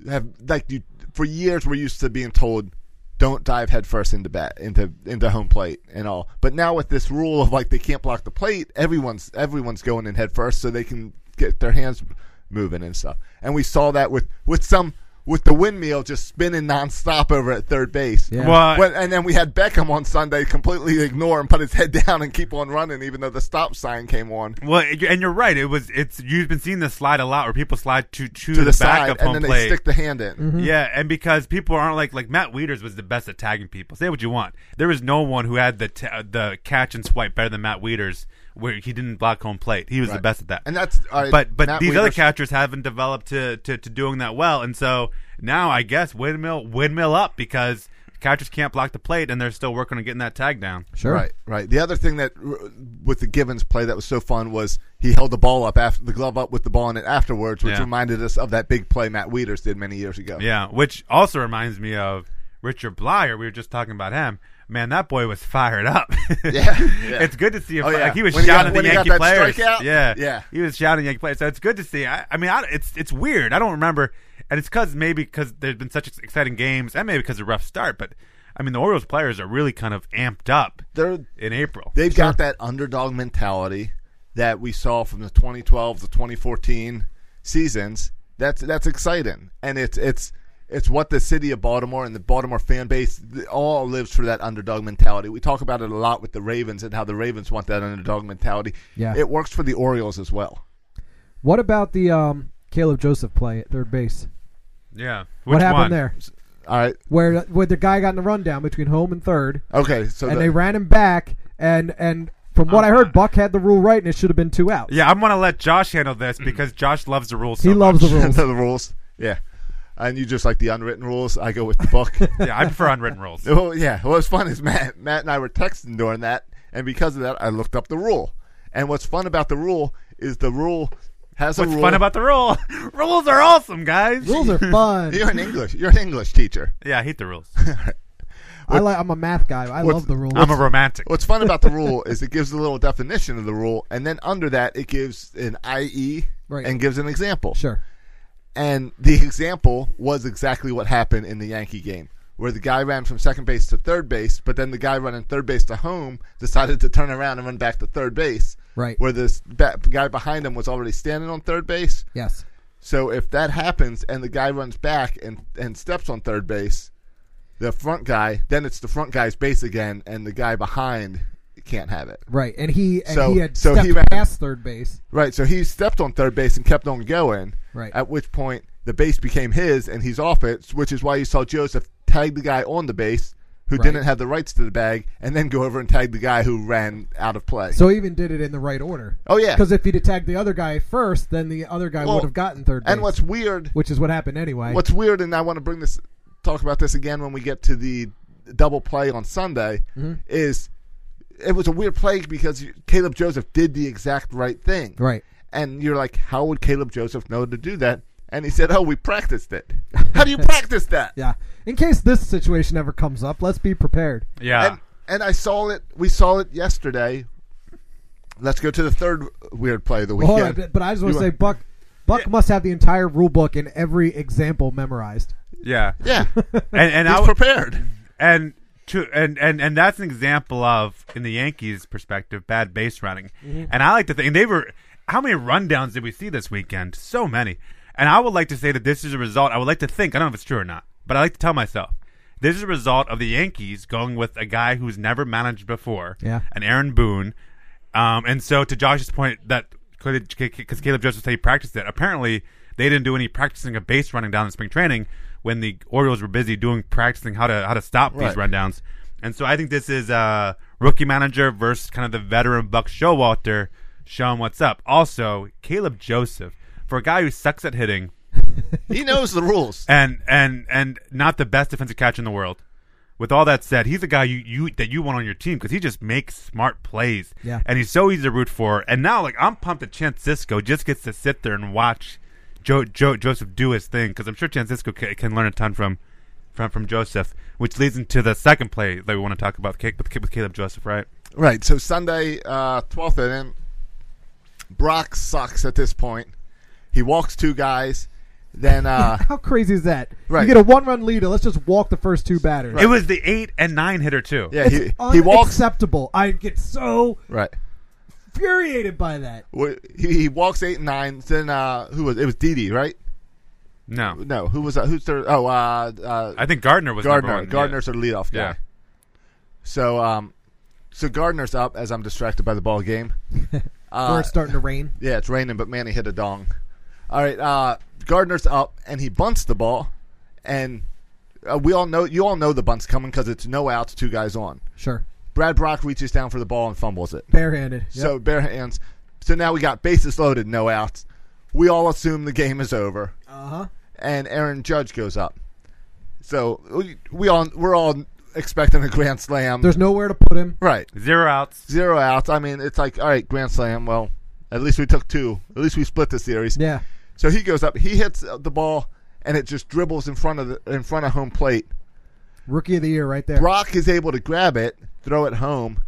[SPEAKER 1] have like you for years we're used to being told don't dive headfirst into bat into into home plate and all. But now with this rule of like they can't block the plate, everyone's everyone's going in head first so they can get their hands moving and stuff. And we saw that with with some with the windmill just spinning nonstop over at third base.
[SPEAKER 4] Yeah.
[SPEAKER 3] Well,
[SPEAKER 1] When- and then we had Beckham on Sunday completely ignore and put his head <laughs> down and keep on running even though the stop sign came on.
[SPEAKER 3] Well, and you- and you're right. It was. It's you've been seeing this slide a lot, where people slide to
[SPEAKER 1] to
[SPEAKER 3] to,
[SPEAKER 1] the,
[SPEAKER 3] the, back
[SPEAKER 1] side,
[SPEAKER 3] of
[SPEAKER 1] and
[SPEAKER 3] home
[SPEAKER 1] then
[SPEAKER 3] plate.
[SPEAKER 1] they stick the hand in.
[SPEAKER 3] Yeah, and because people aren't like like Matt Wieters was the best at tagging people. Say what you want. There was no one who had the ta- the catch and swipe better than Matt Wieters, where he didn't block home plate. He was the
[SPEAKER 1] Right.
[SPEAKER 3] best at that.
[SPEAKER 1] And that's- all right,
[SPEAKER 3] but but
[SPEAKER 1] Matt
[SPEAKER 3] these other
[SPEAKER 1] Wieters-
[SPEAKER 3] catchers haven't developed to, to to doing that well, and so now I guess windmill windmill up because catchers can't block the plate, and they're still working on getting that tag down.
[SPEAKER 4] Sure.
[SPEAKER 1] Right, right. The other thing that r- with the Givens play that was so fun was he held the ball up after the glove up with the ball in it afterwards, which
[SPEAKER 3] Yeah.
[SPEAKER 1] reminded us of that big play Matt Wieters did many years ago.
[SPEAKER 3] Yeah, which also reminds me of Richard Blyer. We were just talking about him. Man, that boy was fired up. <laughs> yeah,
[SPEAKER 1] yeah.
[SPEAKER 3] it's good to see him.
[SPEAKER 1] Oh, yeah.
[SPEAKER 3] like, he was
[SPEAKER 1] When he got-
[SPEAKER 3] shouting
[SPEAKER 1] when he
[SPEAKER 3] at the
[SPEAKER 1] got
[SPEAKER 3] Yankee
[SPEAKER 1] that
[SPEAKER 3] players.
[SPEAKER 1] strikeout?
[SPEAKER 3] Yeah,
[SPEAKER 1] Yeah.
[SPEAKER 3] he was shouting at Yankee players. So it's good to see. I, I mean, I, it's it's weird. I don't remember, and it's because maybe because there's been such ex- exciting games, and maybe because of rough start. But I mean, the Orioles players are really kind of amped up
[SPEAKER 1] They're
[SPEAKER 3] in April.
[SPEAKER 1] They've got that underdog mentality that we saw from the 2012 to 2014 seasons. That's that's exciting, and it's it's it's what the city of Baltimore and the Baltimore fan base th- all lives for that underdog mentality. We talk about it a lot with the Ravens and how the Ravens want that underdog mentality.
[SPEAKER 4] Yeah.
[SPEAKER 1] it works for the Orioles as well.
[SPEAKER 4] What about the um, Caleb Joseph play at third base?
[SPEAKER 3] yeah,
[SPEAKER 4] what
[SPEAKER 3] Which
[SPEAKER 4] happened
[SPEAKER 3] one?
[SPEAKER 4] there?
[SPEAKER 1] All right,
[SPEAKER 4] Where where the guy got in the rundown between home and third,
[SPEAKER 1] okay, so
[SPEAKER 4] and
[SPEAKER 1] the-
[SPEAKER 4] they ran him back, and and from what I heard, Buck had the rule right, and it should have been two outs.
[SPEAKER 3] Yeah, I'm gonna let Josh handle this because Josh loves the rules. So
[SPEAKER 4] he loves the
[SPEAKER 3] much.
[SPEAKER 1] <laughs>
[SPEAKER 4] rules.
[SPEAKER 1] the rules, yeah. And you just like the unwritten rules. I go with the book.
[SPEAKER 4] <laughs>
[SPEAKER 3] yeah, I prefer unwritten rules.
[SPEAKER 1] Oh yeah. What was fun is Matt, Matt and I were texting during that, and because of that, I looked up the rule. And what's fun about the rule is the rule has a
[SPEAKER 3] What's
[SPEAKER 1] rule.
[SPEAKER 3] fun about the rule? <laughs> rules are awesome, guys.
[SPEAKER 4] rules are
[SPEAKER 1] <laughs>
[SPEAKER 4] fun.
[SPEAKER 1] you're an English. You're an English teacher.
[SPEAKER 3] Yeah, I hate the rules.
[SPEAKER 4] I like. I'm a math guy. I love the rules.
[SPEAKER 3] I'm a romantic.
[SPEAKER 1] What's fun about the rule is it gives a little definition of the rule, and then under that it gives an IE
[SPEAKER 4] Right.
[SPEAKER 1] and gives an example.
[SPEAKER 4] sure.
[SPEAKER 1] <laughs> And the example was exactly what happened in the Yankee game. where the guy ran from second base to third base, but then the guy running third base to home decided to turn around and run back to third base.
[SPEAKER 4] Right.
[SPEAKER 1] Where this ba- guy behind him was already standing on third base.
[SPEAKER 4] Yes.
[SPEAKER 1] So if that happens and the guy runs back and, and steps on third base, the front guy, then it's the front guy's base again, and the guy behind can't have it.
[SPEAKER 4] Right. And he and
[SPEAKER 1] So-
[SPEAKER 4] he had
[SPEAKER 1] so
[SPEAKER 4] stepped
[SPEAKER 1] he ran-
[SPEAKER 4] past third base.
[SPEAKER 1] Right. So he stepped on third base and kept on going.
[SPEAKER 4] Right.
[SPEAKER 1] At which point the base became his and he's off it, which is why you saw Joseph tag the guy on the base who
[SPEAKER 4] Right.
[SPEAKER 1] didn't have the rights to the bag and then go over and tag the guy who ran out of play.
[SPEAKER 4] So he even did it in the right order.
[SPEAKER 1] Oh, yeah.
[SPEAKER 4] Because if he'd attacked the other guy first, then the other guy
[SPEAKER 1] Well,
[SPEAKER 4] would have gotten third base.
[SPEAKER 1] and what's weird
[SPEAKER 4] which is what happened anyway.
[SPEAKER 1] what's weird and I want to bring this talk about this again when we get to the double play on Sunday
[SPEAKER 4] Mm-hmm.
[SPEAKER 1] is it was a weird play because you- Caleb Joseph did the exact right thing.
[SPEAKER 4] Right.
[SPEAKER 1] And you're like, how would Caleb Joseph know to do that? And he said, "Oh, we practiced it." <laughs> How do you practice that?
[SPEAKER 4] Yeah. In case this situation ever comes up, let's be prepared.
[SPEAKER 3] Yeah.
[SPEAKER 1] And, and I saw it. We saw it yesterday. Let's go to the third weird play of the
[SPEAKER 4] Hold
[SPEAKER 1] weekend.
[SPEAKER 4] on, but- but I just want
[SPEAKER 1] You
[SPEAKER 4] to say,
[SPEAKER 1] want-
[SPEAKER 4] Buck, Buck must have the entire rule book and every example memorized.
[SPEAKER 3] yeah.
[SPEAKER 1] yeah,
[SPEAKER 4] <laughs>
[SPEAKER 3] And and I
[SPEAKER 1] he's
[SPEAKER 3] would-
[SPEAKER 1] prepared.
[SPEAKER 3] and to and, and and that's an example of in the Yankees' perspective bad base running. And I like to think and they were how many rundowns did we see this weekend? So many. And I would like to say that this is a result. I would like to think I don't know if it's true or not, but I like to tell myself this is a result of the Yankees going with a guy who's never managed before,
[SPEAKER 4] Yeah.
[SPEAKER 3] an Aaron Boone. Um, and so to Josh's point that because Caleb Joseph said he practiced it, apparently they didn't do any practicing of base running down in spring training when the Orioles were busy doing practicing how to how to stop these
[SPEAKER 1] Right.
[SPEAKER 3] rundowns. And so I think this is uh, rookie manager versus kind of the veteran Buck Showalter showing what's up. Also, Caleb Joseph for a guy who sucks at hitting
[SPEAKER 1] He knows the rules.
[SPEAKER 3] <laughs> and and and not the best defensive catcher in the world. With all that said, he's a guy you, you that you want on your team because he just makes smart plays.
[SPEAKER 4] Yeah.
[SPEAKER 3] and he's so easy to root for. And now, like I'm pumped that Chan Cisco just gets to sit there and watch Joe, Joe Joseph do his thing because I'm sure Chan Cisco can, can learn a ton from from from Joseph, which leads into the second play that we want to talk about Ca- with, Ca- with Caleb Joseph, right?
[SPEAKER 1] Right. So Sunday, uh, 12th inning, Brock sucks at this point. He walks two guys. Then, uh,
[SPEAKER 4] <laughs> How crazy is that?
[SPEAKER 1] Right.
[SPEAKER 4] You get a one-run lead, and let's just walk the first two batters.
[SPEAKER 3] It was the eight and nine hitter too.
[SPEAKER 1] yeah,
[SPEAKER 4] It's
[SPEAKER 1] he, he walks.
[SPEAKER 4] unacceptable. I get so
[SPEAKER 1] Right.
[SPEAKER 4] infuriated by that.
[SPEAKER 1] Wh- He, he walks eight and nine. Then, uh, who was it? Was Didi, right?
[SPEAKER 3] no,
[SPEAKER 1] No, who was that? Who's third? Oh, uh, uh,
[SPEAKER 3] I think Gardner was number
[SPEAKER 1] Gardner.
[SPEAKER 3] one, yeah.
[SPEAKER 1] Gardner's our leadoff guy.
[SPEAKER 3] Yeah.
[SPEAKER 1] So, um, so Gardner's up as I'm distracted by the ball game. Uh,
[SPEAKER 4] Where it's starting to rain.
[SPEAKER 1] Yeah, it's raining, but Manny hit a dong. All right, uh, Gardner's up, and he bunts the ball, and uh, we all know you all know the bunt's coming because it's no outs, two guys on.
[SPEAKER 4] Sure.
[SPEAKER 1] Brad Brock reaches down for the ball and fumbles it.
[SPEAKER 4] Barehanded. Yep.
[SPEAKER 1] So bare hands. So now we got bases loaded, no outs. We all assume the game is over,
[SPEAKER 4] uh-huh.
[SPEAKER 1] and Aaron Judge goes up. So we, we all we're all expecting a grand slam,
[SPEAKER 4] There's nowhere to put him.
[SPEAKER 1] right?
[SPEAKER 3] zero outs.
[SPEAKER 1] Zero outs. I mean, it's like all right, grand slam. Well, at least we took two. At least we split the series.
[SPEAKER 4] Yeah.
[SPEAKER 1] So he goes up, he hits the ball, and it just dribbles in front of the, in front of home plate.
[SPEAKER 4] Rookie of the year right there.
[SPEAKER 1] Brock is able to grab it, throw it home,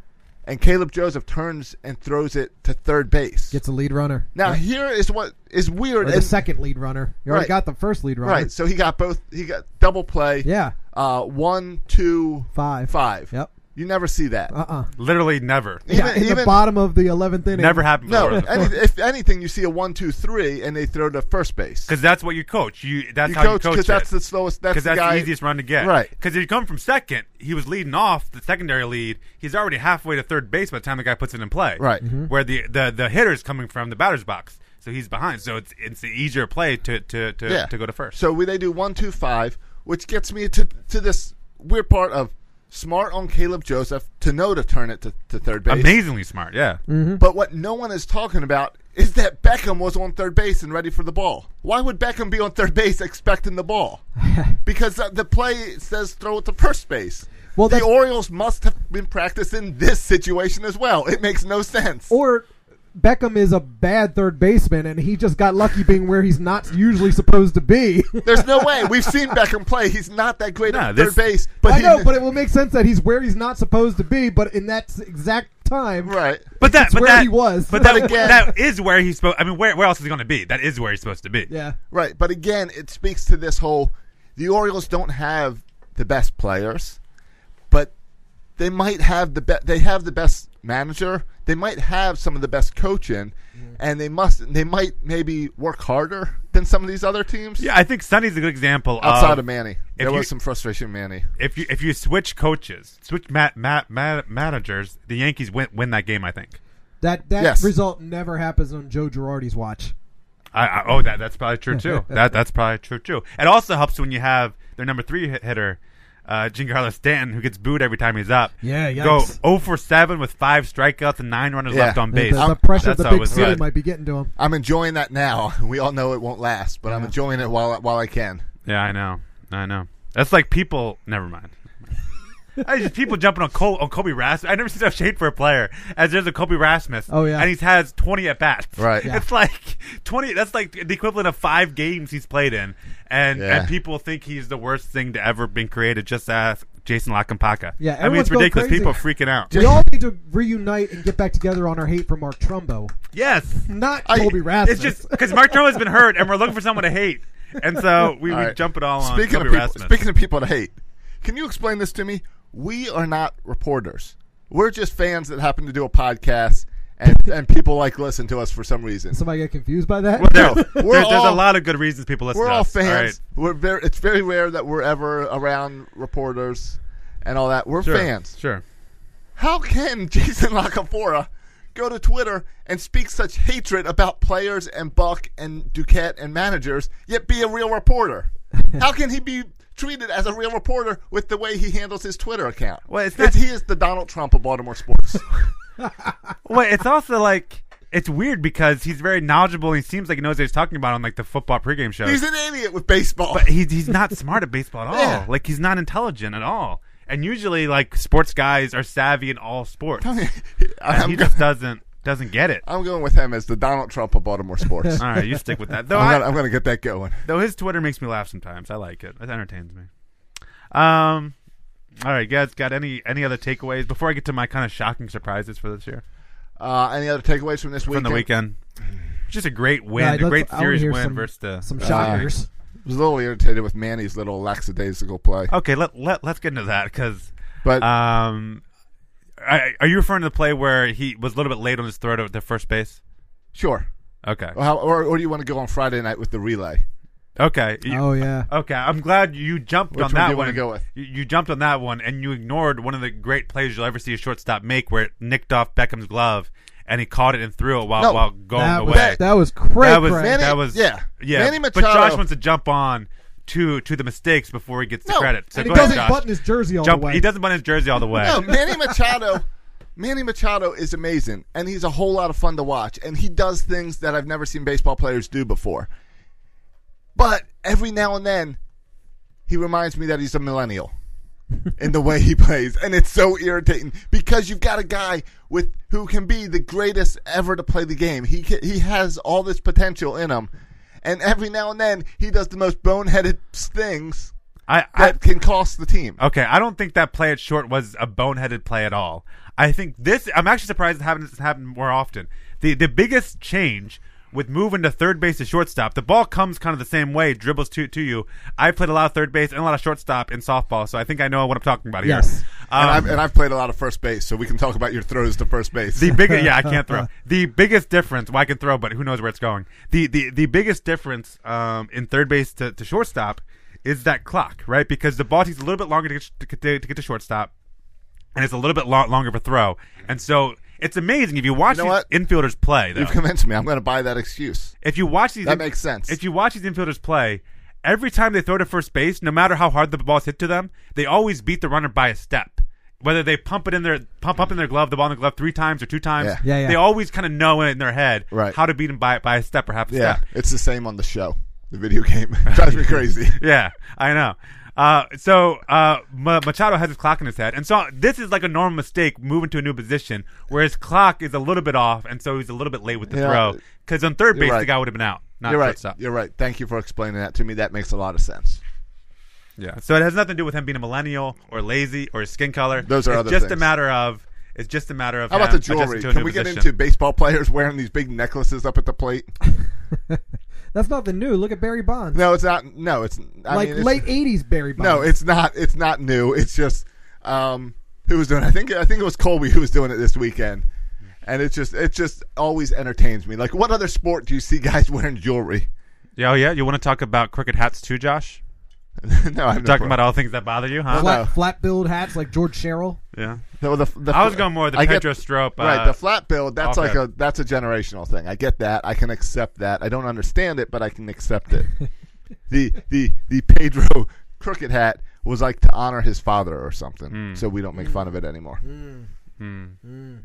[SPEAKER 1] and Caleb Joseph turns and throws it to third base.
[SPEAKER 4] Gets a lead runner.
[SPEAKER 1] now here is what is weird.
[SPEAKER 4] Or the
[SPEAKER 1] and-
[SPEAKER 4] second lead runner. You already
[SPEAKER 1] Right.
[SPEAKER 4] got the first lead runner.
[SPEAKER 1] right, so he got both. He got double play.
[SPEAKER 4] Yeah.
[SPEAKER 1] Uh, one, two,
[SPEAKER 4] Five.
[SPEAKER 1] five.
[SPEAKER 4] Yep.
[SPEAKER 1] You never see that.
[SPEAKER 4] Uh-uh.
[SPEAKER 3] Literally never,
[SPEAKER 4] yeah, in the bottom of the 11th inning.
[SPEAKER 3] never happened.
[SPEAKER 1] No,
[SPEAKER 4] <laughs>
[SPEAKER 3] before.
[SPEAKER 1] any, if anything, you see a one, two, three, and they throw to first base.
[SPEAKER 3] Because that's what you coach. You that's
[SPEAKER 1] you
[SPEAKER 3] how
[SPEAKER 1] coach
[SPEAKER 3] you coach
[SPEAKER 1] because
[SPEAKER 3] it.
[SPEAKER 1] that's the slowest. That's,
[SPEAKER 3] because that's
[SPEAKER 1] guy,
[SPEAKER 3] the easiest run to get.
[SPEAKER 1] Right.
[SPEAKER 3] Because if you come from second, he was leading off the secondary lead. He's already halfway to third base by the time the guy puts it in play.
[SPEAKER 1] Right.
[SPEAKER 4] Mm-hmm.
[SPEAKER 1] Mhm.
[SPEAKER 3] Where the, the the hitter's coming from the batter's box, so he's behind. So it's it's an easier play to to to, to go to first.
[SPEAKER 1] So we, they do one, two, five, which gets me to to this weird part of smart on Caleb Joseph to know to turn it to, to third base.
[SPEAKER 3] amazingly smart. Yeah.
[SPEAKER 4] Mm-hmm.
[SPEAKER 1] But what no one is talking about is that Beckham was on third base and ready for the ball. Why would Beckham be on third base expecting the
[SPEAKER 4] <laughs>
[SPEAKER 1] ball? because uh, the play says throw it to first base.
[SPEAKER 4] Well,
[SPEAKER 1] the
[SPEAKER 4] that's-
[SPEAKER 1] Orioles must have been practicing this situation as well. It makes no sense.
[SPEAKER 4] Or Beckham is a bad third baseman, and he just got lucky being where he's not usually supposed to be. <laughs>
[SPEAKER 1] There's no way. We've seen Beckham play. He's not that great
[SPEAKER 3] No,
[SPEAKER 1] at
[SPEAKER 3] this-
[SPEAKER 1] third base. But
[SPEAKER 4] I
[SPEAKER 1] he,
[SPEAKER 4] know, but it will make sense that he's where he's not supposed to be, but in that s- exact time,
[SPEAKER 1] right.
[SPEAKER 3] But that, but
[SPEAKER 4] where
[SPEAKER 3] that
[SPEAKER 4] he was. <laughs>
[SPEAKER 3] But
[SPEAKER 1] But
[SPEAKER 3] that,
[SPEAKER 1] again-
[SPEAKER 3] that is where he's supposed. I mean, where where else is he going to be? That is where he's supposed to be.
[SPEAKER 4] yeah,
[SPEAKER 1] Right, but again, it speaks to this whole the Orioles don't have the best players, but they might have the be- they have the best manager. They might have some of the best coaching, and they must they might maybe work harder than some of these other teams.
[SPEAKER 3] Yeah, I think Sonny's a good example
[SPEAKER 1] outside
[SPEAKER 3] of,
[SPEAKER 1] of Manny, there
[SPEAKER 3] you-
[SPEAKER 1] was some frustration. Manny,
[SPEAKER 3] if you if you switch coaches, switch ma- ma- ma- managers, the Yankees win win that game. I think.
[SPEAKER 4] That that
[SPEAKER 1] Yes.
[SPEAKER 4] result never happens on Joe Girardi's watch.
[SPEAKER 3] I, I, oh, that that's probably true
[SPEAKER 4] <laughs>
[SPEAKER 3] too. that that's probably true too. It also helps when you have their number three hit- hitter, uh, Giancarlo Stanton, who gets booed every time he's up.
[SPEAKER 4] Yeah,
[SPEAKER 3] go
[SPEAKER 4] yikes.
[SPEAKER 3] zero for seven with five strikeouts and nine runners
[SPEAKER 1] Yeah.
[SPEAKER 3] left on
[SPEAKER 1] The-
[SPEAKER 3] base.
[SPEAKER 4] The, the pressure of
[SPEAKER 3] That's
[SPEAKER 4] the
[SPEAKER 3] how it
[SPEAKER 4] big
[SPEAKER 3] was
[SPEAKER 4] city
[SPEAKER 3] read.
[SPEAKER 4] might be getting to him.
[SPEAKER 1] I'm enjoying that now. <laughs> We all know it won't last, but I'm enjoying it while while I can.
[SPEAKER 3] Yeah, I know. I know. That's like people. Never
[SPEAKER 4] <laughs>
[SPEAKER 3] mind. I just people jumping on Col- on Kobe Rasmus. I never see enough shade for a player as there's a Kobe Rasmus.
[SPEAKER 4] Oh, yeah.
[SPEAKER 3] and he's has twenty at bats.
[SPEAKER 1] Right. Yeah.
[SPEAKER 3] It's like twenty. That's like the equivalent of five games he's played in, and
[SPEAKER 1] Yeah.
[SPEAKER 3] and people think he's the worst thing to ever been created. Just ask Jason Lacampaca.
[SPEAKER 4] Yeah,
[SPEAKER 3] I mean
[SPEAKER 4] everyone's
[SPEAKER 3] it's
[SPEAKER 4] going
[SPEAKER 3] ridiculous.
[SPEAKER 4] crazy.
[SPEAKER 3] People are freaking out.
[SPEAKER 4] We all need to reunite and get back together on our hate for Mark Trumbo,
[SPEAKER 3] yes,
[SPEAKER 4] not
[SPEAKER 1] I-
[SPEAKER 4] Colby Rasmus.
[SPEAKER 3] it's just because Mark Trumbo has been hurt, and we're looking for someone to hate, and so we,
[SPEAKER 1] All
[SPEAKER 3] we
[SPEAKER 1] right.
[SPEAKER 3] jump it all
[SPEAKER 1] speaking
[SPEAKER 3] on Kobe
[SPEAKER 1] of people,
[SPEAKER 3] Rasmus.
[SPEAKER 1] Speaking of people to hate, can you explain this to me? We are not reporters. We're just fans that happen to do a podcast, and, and people like listen to us for some reason.
[SPEAKER 4] somebody get confused by that.
[SPEAKER 1] No,
[SPEAKER 4] <laughs>
[SPEAKER 3] There-
[SPEAKER 1] <laughs> we're
[SPEAKER 3] there's
[SPEAKER 1] all,
[SPEAKER 3] a lot of good reasons people listen
[SPEAKER 1] We're
[SPEAKER 3] to
[SPEAKER 1] all
[SPEAKER 3] us.
[SPEAKER 1] fans.
[SPEAKER 3] right.
[SPEAKER 1] We're very. It's very rare that we're ever around reporters and all that. We're
[SPEAKER 3] Sure,
[SPEAKER 1] fans.
[SPEAKER 3] Sure.
[SPEAKER 1] How can Jason <laughs> Lacafora go to Twitter and speak such hatred about players and Buck and Duquette and managers, yet be a real
[SPEAKER 3] <laughs>
[SPEAKER 1] reporter? How can he be treated as a real reporter with the way he handles his Twitter account?
[SPEAKER 3] Well, it's not-
[SPEAKER 1] he is the Donald Trump of Baltimore
[SPEAKER 3] <laughs>
[SPEAKER 1] sports.
[SPEAKER 3] Well, it's also like it's weird because he's very knowledgeable. and He seems like he knows what he's talking about on like the football pregame show.
[SPEAKER 1] He's an idiot with baseball. <laughs>
[SPEAKER 3] but he, he's not smart at baseball at all.
[SPEAKER 1] Yeah.
[SPEAKER 3] Like he's not intelligent at all. And usually, like sports guys are savvy in all sports. And
[SPEAKER 1] I'm,
[SPEAKER 3] he
[SPEAKER 1] go-
[SPEAKER 3] just doesn't doesn't get
[SPEAKER 1] <laughs>
[SPEAKER 3] it.
[SPEAKER 1] I'm going with him as the Donald Trump of Baltimore sports.
[SPEAKER 3] <laughs> All right, you stick with that. Though,
[SPEAKER 1] I'm
[SPEAKER 3] I-
[SPEAKER 1] gonna, I'm gonna get that going.
[SPEAKER 3] though his Twitter makes me laugh sometimes. I like it. It entertains me. Um. All right, guys. Got any any other takeaways before I get to my kind of shocking surprises for this year?
[SPEAKER 1] Uh, any other takeaways from this week?
[SPEAKER 3] from the weekend. Just a great win,
[SPEAKER 4] Alright,
[SPEAKER 3] a
[SPEAKER 4] let's-
[SPEAKER 3] great
[SPEAKER 4] I wanna
[SPEAKER 3] series
[SPEAKER 4] hear
[SPEAKER 3] win
[SPEAKER 4] some,
[SPEAKER 3] versus the.
[SPEAKER 4] some shockers.
[SPEAKER 1] I was a little irritated with Manny's little lackadaisical play.
[SPEAKER 3] Okay, let let let's get into that because.
[SPEAKER 1] But-
[SPEAKER 3] um, I, are you referring to the play where he was a little bit late on his throw to the first base?
[SPEAKER 1] Sure.
[SPEAKER 3] Okay,
[SPEAKER 4] Uh,
[SPEAKER 1] Or, how, or, or do you want to go on Friday night with the relay?
[SPEAKER 3] okay, you-
[SPEAKER 4] oh yeah,
[SPEAKER 3] okay. I'm glad you jumped
[SPEAKER 1] Which
[SPEAKER 3] on
[SPEAKER 1] one
[SPEAKER 3] that
[SPEAKER 1] do you
[SPEAKER 3] one.
[SPEAKER 1] wanna go with?
[SPEAKER 3] You, you jumped on that one, and you ignored one of the great plays you'll ever see a shortstop make, where it nicked off Beckham's glove, and he caught it and threw it while
[SPEAKER 1] No,
[SPEAKER 3] while going
[SPEAKER 4] that
[SPEAKER 3] away.
[SPEAKER 4] was that was crazy.
[SPEAKER 3] that was
[SPEAKER 1] Manny-
[SPEAKER 3] that was
[SPEAKER 1] yeah.
[SPEAKER 3] yeah.
[SPEAKER 1] Manny
[SPEAKER 3] but
[SPEAKER 1] Machado-
[SPEAKER 3] Josh wants to jump on to to the mistakes before he gets the
[SPEAKER 1] No,
[SPEAKER 3] credit. So
[SPEAKER 4] and he
[SPEAKER 3] go ahead,
[SPEAKER 4] doesn't
[SPEAKER 3] Josh.
[SPEAKER 4] button his jersey all
[SPEAKER 3] jump.
[SPEAKER 4] the way.
[SPEAKER 3] He doesn't button his jersey all the way. <laughs>
[SPEAKER 1] No, Manny Machado. Manny Machado is amazing, and he's a whole lot of fun to watch, and he does things that I've never seen baseball players do before. But every now and then, he reminds me that he's a millennial in the way he plays, and it's so irritating because you've got a guy with who can be the greatest ever to play the game. He ca- he has all this potential in him, and every now and then he does the most boneheaded things
[SPEAKER 3] I, I
[SPEAKER 1] that can cost the team.
[SPEAKER 3] okay. I don't think that play at short was a boneheaded play at all. I think this. I'm actually surprised it happens this happened more often. The the biggest change. With moving to third base to shortstop, the ball comes kind of the same way, dribbles to to you. I played a lot of third base and a lot of shortstop in softball, so I think I know what I'm talking about here.
[SPEAKER 4] Yes.
[SPEAKER 1] and,
[SPEAKER 3] Um,
[SPEAKER 1] I've, and I've played a lot of first base, so we can talk about your throws to first base.
[SPEAKER 3] The big yeah, I can't throw. The biggest difference, well, I can throw, but who knows where it's going. The the, the biggest difference um, in third base to, to shortstop is that clock, right? Because the ball takes a little bit longer to get to, get to, to get to shortstop, and it's a little bit lo- longer of a throw, and so it's amazing if you watch
[SPEAKER 1] You know
[SPEAKER 3] these infielders play.
[SPEAKER 1] <laughs>
[SPEAKER 3] Though,
[SPEAKER 1] You've convinced me. I'm going to buy that excuse.
[SPEAKER 3] if you watch these,
[SPEAKER 1] That makes sense.
[SPEAKER 3] If you watch these infielders play, every time they throw to first base, no matter how hard the ball's hit to them, they always beat the runner by a step. Whether they pump it in their pump up in their glove, the ball in the glove three times or two times,
[SPEAKER 1] Yeah.
[SPEAKER 4] Yeah, yeah.
[SPEAKER 3] they always kind of know in their head
[SPEAKER 1] Right.
[SPEAKER 3] how to beat them by by a step or half a
[SPEAKER 1] Yeah,
[SPEAKER 3] step.
[SPEAKER 1] it's the same on the show, the video game. <laughs> drives me crazy.
[SPEAKER 3] <laughs> Yeah, I know. Uh, so uh, Ma- Machado has his clock in his head, and so this is like a normal mistake moving to a new position, where his clock is a little bit off, and so he's a little bit late with the
[SPEAKER 1] You know,
[SPEAKER 3] throw. Because on third
[SPEAKER 1] you're
[SPEAKER 3] base,
[SPEAKER 1] right.
[SPEAKER 3] the guy would have been out, not
[SPEAKER 1] You're right.
[SPEAKER 3] shortstop.
[SPEAKER 1] You're right. Thank you for explaining that to me. That makes a lot of sense.
[SPEAKER 3] Yeah. So it has nothing to do with him being a millennial or lazy or his skin color.
[SPEAKER 1] Those are
[SPEAKER 3] it's
[SPEAKER 1] other
[SPEAKER 3] just a
[SPEAKER 1] things.
[SPEAKER 3] matter of it's just a matter of
[SPEAKER 1] How about
[SPEAKER 3] him
[SPEAKER 1] the jewelry?
[SPEAKER 3] adjusting to a
[SPEAKER 1] Can
[SPEAKER 3] new
[SPEAKER 1] we get
[SPEAKER 3] position.
[SPEAKER 4] <laughs>
[SPEAKER 1] into baseball players wearing these big necklaces up at the plate?
[SPEAKER 4] That's nothing new. Look at Barry Bonds.
[SPEAKER 1] No, it's not. No, it's I
[SPEAKER 4] like
[SPEAKER 1] mean, it's-
[SPEAKER 4] late '80s Barry Bonds.
[SPEAKER 1] No, it's not. It's not new. It's just um, who was doing. It? I think I think it was Colby who was doing it this weekend, and it just it just always entertains me. Like, what other sport do you see guys <laughs> wearing jewelry?
[SPEAKER 3] Yeah, oh, yeah. You want to talk about crooked hats too, Josh?
[SPEAKER 1] no, I'm
[SPEAKER 3] Talking about all things that bother you, huh?
[SPEAKER 4] flat,
[SPEAKER 1] no.
[SPEAKER 4] flat billed hats like George Sherrill.
[SPEAKER 3] Yeah.
[SPEAKER 1] No, the, the,
[SPEAKER 3] I was going more the
[SPEAKER 1] I
[SPEAKER 3] Pedro Strop, uh,
[SPEAKER 1] right, the flat build. That's
[SPEAKER 3] okay.
[SPEAKER 1] like a that's a generational thing. I get that. I can accept that. I don't understand it, but I can accept
[SPEAKER 3] <laughs>
[SPEAKER 1] it. the the the Pedro crooked hat was like to honor his father or something,
[SPEAKER 3] Hmm.
[SPEAKER 1] so we don't make fun of it anymore.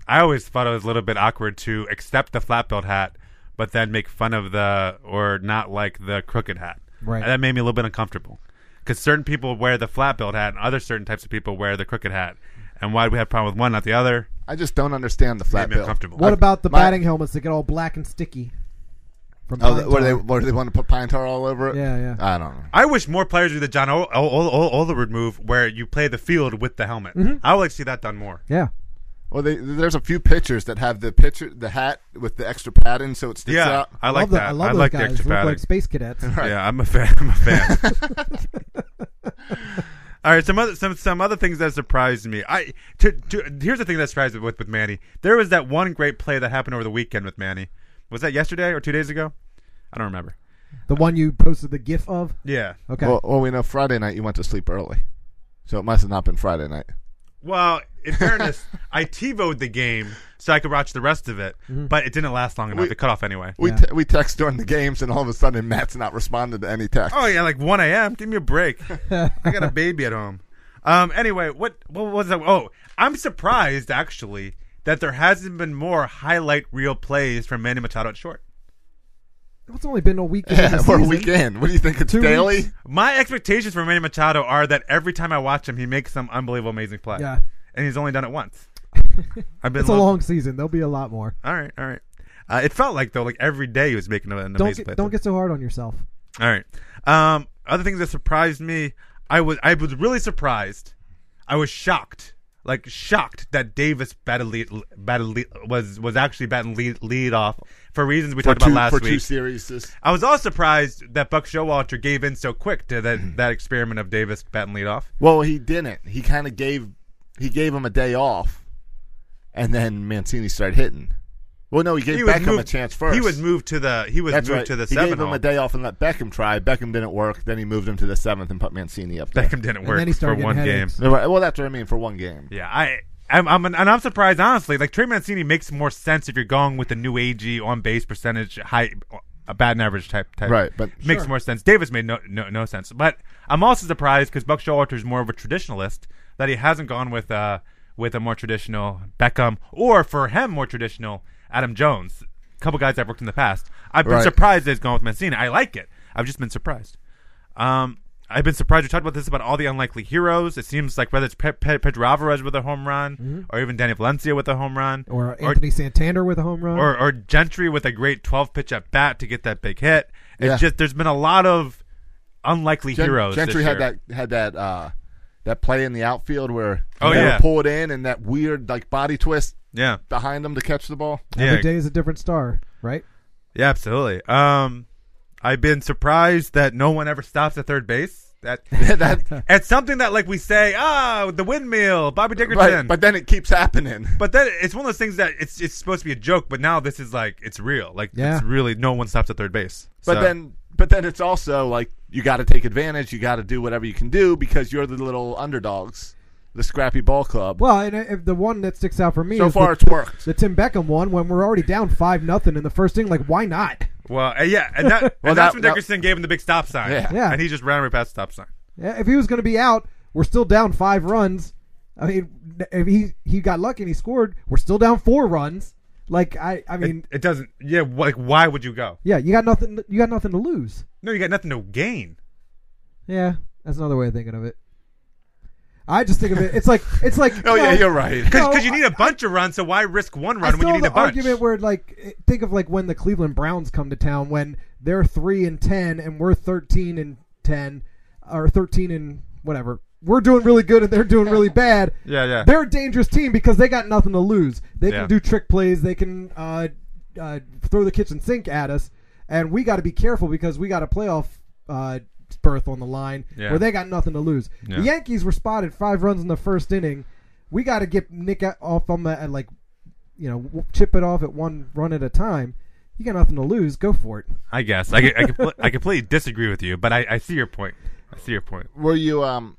[SPEAKER 3] I always thought it was a little bit awkward to accept the flat belt hat, but then make fun of the or not like the crooked hat.
[SPEAKER 4] Right.
[SPEAKER 3] And that made me a little bit uncomfortable because certain people wear the flat belt hat, and other certain types of people wear the crooked hat. And why do we have a problem with one, not the other?
[SPEAKER 1] I just don't understand the
[SPEAKER 3] Made
[SPEAKER 1] flat
[SPEAKER 3] me
[SPEAKER 1] bill.
[SPEAKER 3] uncomfortable.
[SPEAKER 4] What about the
[SPEAKER 1] my-
[SPEAKER 4] batting helmets that get all black and sticky? From
[SPEAKER 1] Oh,
[SPEAKER 4] Pine
[SPEAKER 1] th- where they
[SPEAKER 4] Tar?
[SPEAKER 1] where they want to put pine tar all over it?
[SPEAKER 4] Yeah, yeah.
[SPEAKER 1] I don't know.
[SPEAKER 3] I wish more players do the John Ol- Ol- Ol- Ol- Olerud move where you play the field with the helmet.
[SPEAKER 4] Mm-hmm.
[SPEAKER 3] I would like to see that done more.
[SPEAKER 4] Yeah.
[SPEAKER 1] Well, they, there's a few pictures that have the picture, the hat with the extra padding, so it sticks
[SPEAKER 3] yeah,
[SPEAKER 1] out.
[SPEAKER 3] I like
[SPEAKER 4] love the-
[SPEAKER 3] that.
[SPEAKER 4] I love those
[SPEAKER 3] like the
[SPEAKER 4] guys.
[SPEAKER 3] extra
[SPEAKER 4] Look
[SPEAKER 3] padding.
[SPEAKER 4] like space cadets.
[SPEAKER 3] Yeah, I'm a fan. I'm a
[SPEAKER 4] <laughs>
[SPEAKER 3] fan. <laughs> All right, some other some some other things that surprised me. I to, to, here's the thing that surprised me with with Manny. There was that one great play that happened over the weekend with Manny. Was that yesterday or two days ago? I don't remember.
[SPEAKER 4] the one you posted the GIF of.
[SPEAKER 3] Yeah.
[SPEAKER 4] Okay.
[SPEAKER 1] Well, well, we know Friday night you went to sleep early, so it must have not been Friday night.
[SPEAKER 3] Well, in fairness, I TiVoed the game so I could watch the rest of it,
[SPEAKER 4] Mm-hmm.
[SPEAKER 3] but it didn't last long enough.
[SPEAKER 1] We-
[SPEAKER 3] it cut off anyway.
[SPEAKER 1] We
[SPEAKER 4] Yeah.
[SPEAKER 1] te- we text during the games, and all of a sudden Matt's not responding to any text. <laughs>
[SPEAKER 3] Oh yeah, like 1 a.m. Give me a break. I got
[SPEAKER 4] <laughs>
[SPEAKER 3] a baby at home. Um. Anyway, what what was that? Oh, I'm surprised actually that there hasn't been more highlight reel plays from Manny Machado at short.
[SPEAKER 4] it's only been a week. into
[SPEAKER 1] yeah,
[SPEAKER 4] the
[SPEAKER 1] we're
[SPEAKER 4] season.
[SPEAKER 1] weekend. What do you think it's
[SPEAKER 4] Two
[SPEAKER 1] daily?
[SPEAKER 4] weeks.
[SPEAKER 3] My expectations for Manny Machado are that every time I watch him, he makes some unbelievable, amazing play.
[SPEAKER 4] Yeah.
[SPEAKER 3] And he's only done it
[SPEAKER 4] <laughs>
[SPEAKER 3] once. I've been
[SPEAKER 4] It's a
[SPEAKER 3] lo-
[SPEAKER 4] long season. There'll be a lot more.
[SPEAKER 3] All right, all right. Uh, it felt like though, like every day he was making an
[SPEAKER 4] Don't
[SPEAKER 3] amazing play.
[SPEAKER 4] get, don't get so hard on yourself.
[SPEAKER 3] All right. Um, other things that surprised me, I was I was really surprised. I was shocked, like shocked that Davis batted lead, batted lead, was was actually batting lead, lead off for reasons we
[SPEAKER 1] For
[SPEAKER 3] talked
[SPEAKER 1] two
[SPEAKER 3] about last
[SPEAKER 1] for
[SPEAKER 3] week.
[SPEAKER 1] two series. this-
[SPEAKER 3] I was also surprised that Buck Showalter gave in so quick to
[SPEAKER 1] Mm-hmm.
[SPEAKER 3] that, that experiment of Davis batting lead off.
[SPEAKER 1] Well, he didn't. He kind of gave he gave him a day off, and then Mancini started hitting. Well, no, he gave
[SPEAKER 3] was
[SPEAKER 1] Beckham a
[SPEAKER 3] moved-
[SPEAKER 1] chance first.
[SPEAKER 3] He was moved to the he was
[SPEAKER 1] That's
[SPEAKER 3] moved
[SPEAKER 1] right.
[SPEAKER 3] to the
[SPEAKER 1] he
[SPEAKER 3] seventh.
[SPEAKER 1] gave him a day off and let Beckham try. Beckham didn't work. Then he moved him to the seventh and put Mancini up there.
[SPEAKER 3] Beckham didn't
[SPEAKER 4] And
[SPEAKER 3] work
[SPEAKER 4] then he
[SPEAKER 3] for
[SPEAKER 4] started getting
[SPEAKER 3] one game.
[SPEAKER 4] headaches.
[SPEAKER 1] Well, that's what I mean for one game.
[SPEAKER 3] Yeah, I. I'm, I'm and I'm surprised honestly. Like Trey Mancini makes more sense if you're going with the new AG on base percentage, high, a batting average type type.
[SPEAKER 1] Right, but-
[SPEAKER 3] makes more sense. Davis made no no, no sense. But I'm also surprised because Buck Showalter is more of a traditionalist that he hasn't gone with uh with a more traditional Beckham or for him more traditional Adam Jones. A couple guys I've worked in the past. I've been
[SPEAKER 1] Right.
[SPEAKER 3] surprised that he's gone with Mancini. I like it. I've just been surprised. Um, I've been surprised we talked about this about all the unlikely heroes. It seems like whether it's Pe- Pe- Pedro Alvarez with a home run,
[SPEAKER 1] Mm-hmm.
[SPEAKER 3] or even Danny Valencia with a home run,
[SPEAKER 4] Or Anthony Santander with a home run.
[SPEAKER 3] or, or Gentry with a great 12 pitch at bat to get that big hit. It's
[SPEAKER 1] Yeah.
[SPEAKER 3] just there's been a lot of unlikely
[SPEAKER 1] Gen-
[SPEAKER 3] heroes.
[SPEAKER 1] Gentry
[SPEAKER 3] this
[SPEAKER 1] had
[SPEAKER 3] year.
[SPEAKER 1] that had that uh, that play in the outfield where
[SPEAKER 3] Oh,
[SPEAKER 1] they
[SPEAKER 3] yeah.
[SPEAKER 1] were pulled in and that weird like body twist
[SPEAKER 3] Yeah,
[SPEAKER 1] behind him to catch the ball. <laughs>
[SPEAKER 4] Every
[SPEAKER 3] yeah,
[SPEAKER 4] day is a different star, right?
[SPEAKER 3] yeah, absolutely. Um, I've been surprised that no one ever stops at third base. That. <laughs>
[SPEAKER 1] that,
[SPEAKER 3] It's something that, like we say, ah, the windmill, Bobby Dickerson.
[SPEAKER 1] right, but then it keeps happening.
[SPEAKER 3] But then it's one of those things that it's it's supposed to be a joke, but now this is like it's real. Like
[SPEAKER 4] Yeah.
[SPEAKER 3] it's really no one stops at third base.
[SPEAKER 1] But
[SPEAKER 3] So-
[SPEAKER 1] then, but then it's also like you got to take advantage. You got to do whatever you can do because you're the little underdogs, the scrappy ball club.
[SPEAKER 4] Well, and uh, if the one that sticks out for me
[SPEAKER 1] so
[SPEAKER 4] is
[SPEAKER 1] far,
[SPEAKER 4] the,
[SPEAKER 1] it's worked.
[SPEAKER 4] the Tim Beckham one when we're already down five nothing in the first inning. Like, why not?
[SPEAKER 3] well, uh, yeah, and,
[SPEAKER 4] <laughs>
[SPEAKER 3] that, and
[SPEAKER 1] that-
[SPEAKER 3] that's when
[SPEAKER 1] that-
[SPEAKER 3] Dickerson gave him the big stop sign.
[SPEAKER 1] Yeah.
[SPEAKER 4] Yeah.
[SPEAKER 3] and he just ran right past the stop sign.
[SPEAKER 4] Yeah, If he was going to be out, we're still down five runs. I mean, if he he got lucky and he scored, we're still down four runs. Like, I I mean,
[SPEAKER 3] It, it doesn't. Yeah, wh- like why would you go?
[SPEAKER 4] yeah, you got nothing. You got nothing to lose.
[SPEAKER 3] No, you got nothing to gain.
[SPEAKER 4] Yeah, that's another way of thinking of it. I just think of it. It's like it's like.
[SPEAKER 1] <laughs> Oh yeah,
[SPEAKER 4] no,
[SPEAKER 1] you're right.
[SPEAKER 4] No,
[SPEAKER 3] Because you
[SPEAKER 4] I-
[SPEAKER 3] need a bunch of runs, so why risk one
[SPEAKER 4] I
[SPEAKER 3] run when
[SPEAKER 4] still
[SPEAKER 3] you need a
[SPEAKER 4] have the
[SPEAKER 3] bunch?
[SPEAKER 4] argument where like it- think of like when the Cleveland Browns come to town when they're three and ten and we're thirteen and ten or thirteen and whatever. We're doing really good and they're doing really bad.
[SPEAKER 3] Yeah, yeah.
[SPEAKER 4] They're a dangerous team because they got nothing to lose. They
[SPEAKER 3] Yeah.
[SPEAKER 4] can do trick plays. They can uh, uh, throw the kitchen sink at us. and we got to be careful because we got a playoff uh, berth on the line
[SPEAKER 3] Yeah.
[SPEAKER 4] where they got nothing to lose.
[SPEAKER 3] Yeah.
[SPEAKER 4] The Yankees were spotted five runs in the first inning. We got to get Nick out- off on the at like, you know, w- chip it off at one run at a time. You got nothing to lose. Go for it.
[SPEAKER 3] I guess I I, compl- I completely disagree with you, but I, I see your point. I see your point.
[SPEAKER 1] Were you um,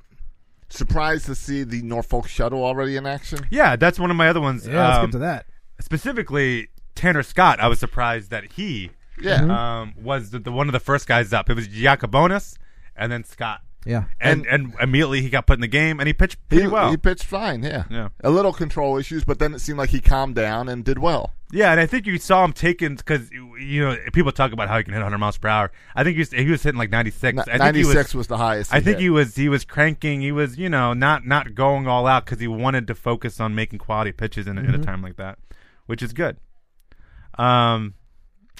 [SPEAKER 1] surprised to see the Norfolk shuttle already in action?
[SPEAKER 3] Yeah, that's one of my other ones.
[SPEAKER 4] Yeah, let's
[SPEAKER 3] um,
[SPEAKER 4] get to that.
[SPEAKER 3] Specifically, Tanner Scott. I was surprised that he
[SPEAKER 1] Yeah.
[SPEAKER 3] um, was the, the one of the first guys up. It was Giacobonis and then Scott.
[SPEAKER 4] Yeah.
[SPEAKER 3] And, and immediately he got put in the game and he pitched
[SPEAKER 1] He,
[SPEAKER 3] pretty well.
[SPEAKER 1] he pitched fine, yeah.
[SPEAKER 3] Yeah.
[SPEAKER 1] A little control issues, but then it seemed like he calmed down and did well.
[SPEAKER 3] yeah, and I think you saw him taking because you know people talk about how he can hit 100 miles per hour. I think he was, he was hitting like 96.
[SPEAKER 1] N-
[SPEAKER 3] I think he
[SPEAKER 1] 96
[SPEAKER 3] was,
[SPEAKER 1] was, the highest.
[SPEAKER 3] I think
[SPEAKER 1] hit.
[SPEAKER 3] he was he was cranking. He was you know not not going all out because he wanted to focus on making quality pitches in, a
[SPEAKER 1] Mm-hmm.
[SPEAKER 3] in a time like that, which is good. Um,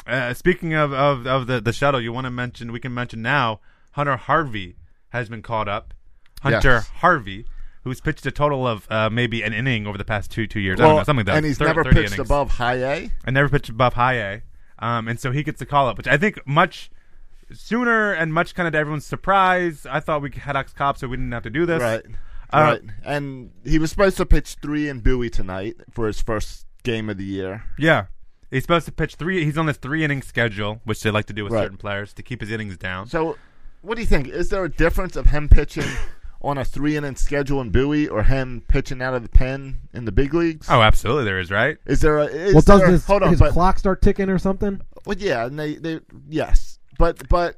[SPEAKER 3] uh, speaking of of, of the, the shuttle, you want to mention? We can mention now. Hunter Harvey has been called up. Hunter
[SPEAKER 1] Yes.
[SPEAKER 3] Harvey, who's pitched a total of uh, maybe an inning over the past two two years. I don't
[SPEAKER 1] well,
[SPEAKER 3] know something like that.
[SPEAKER 1] And he's
[SPEAKER 3] 30
[SPEAKER 1] never
[SPEAKER 3] 30
[SPEAKER 1] pitched
[SPEAKER 3] innings.
[SPEAKER 1] above high A.
[SPEAKER 3] I never pitched above high A, um, and so he gets the call up, which I think much sooner and much kind of to everyone's surprise. I thought we had Ox Cop, so we didn't have to do this.
[SPEAKER 1] Right.
[SPEAKER 3] Uh,
[SPEAKER 1] right. And he was supposed to pitch three in Bowie tonight for his first game of the year.
[SPEAKER 3] Yeah. He's supposed to pitch three. He's on this three inning schedule, which they like to do with
[SPEAKER 1] Right.
[SPEAKER 3] certain players to keep his innings down.
[SPEAKER 1] So, what do you think? Is there a difference of him pitching on a three inning schedule in Bowie or him pitching out of the pen in the big leagues?
[SPEAKER 3] oh, absolutely, there is right.
[SPEAKER 1] Is there a is
[SPEAKER 4] Well, does
[SPEAKER 1] there,
[SPEAKER 4] his,
[SPEAKER 1] hold on?
[SPEAKER 4] his
[SPEAKER 1] But
[SPEAKER 4] clock start ticking or something?
[SPEAKER 1] well, yeah, and they, they yes, but but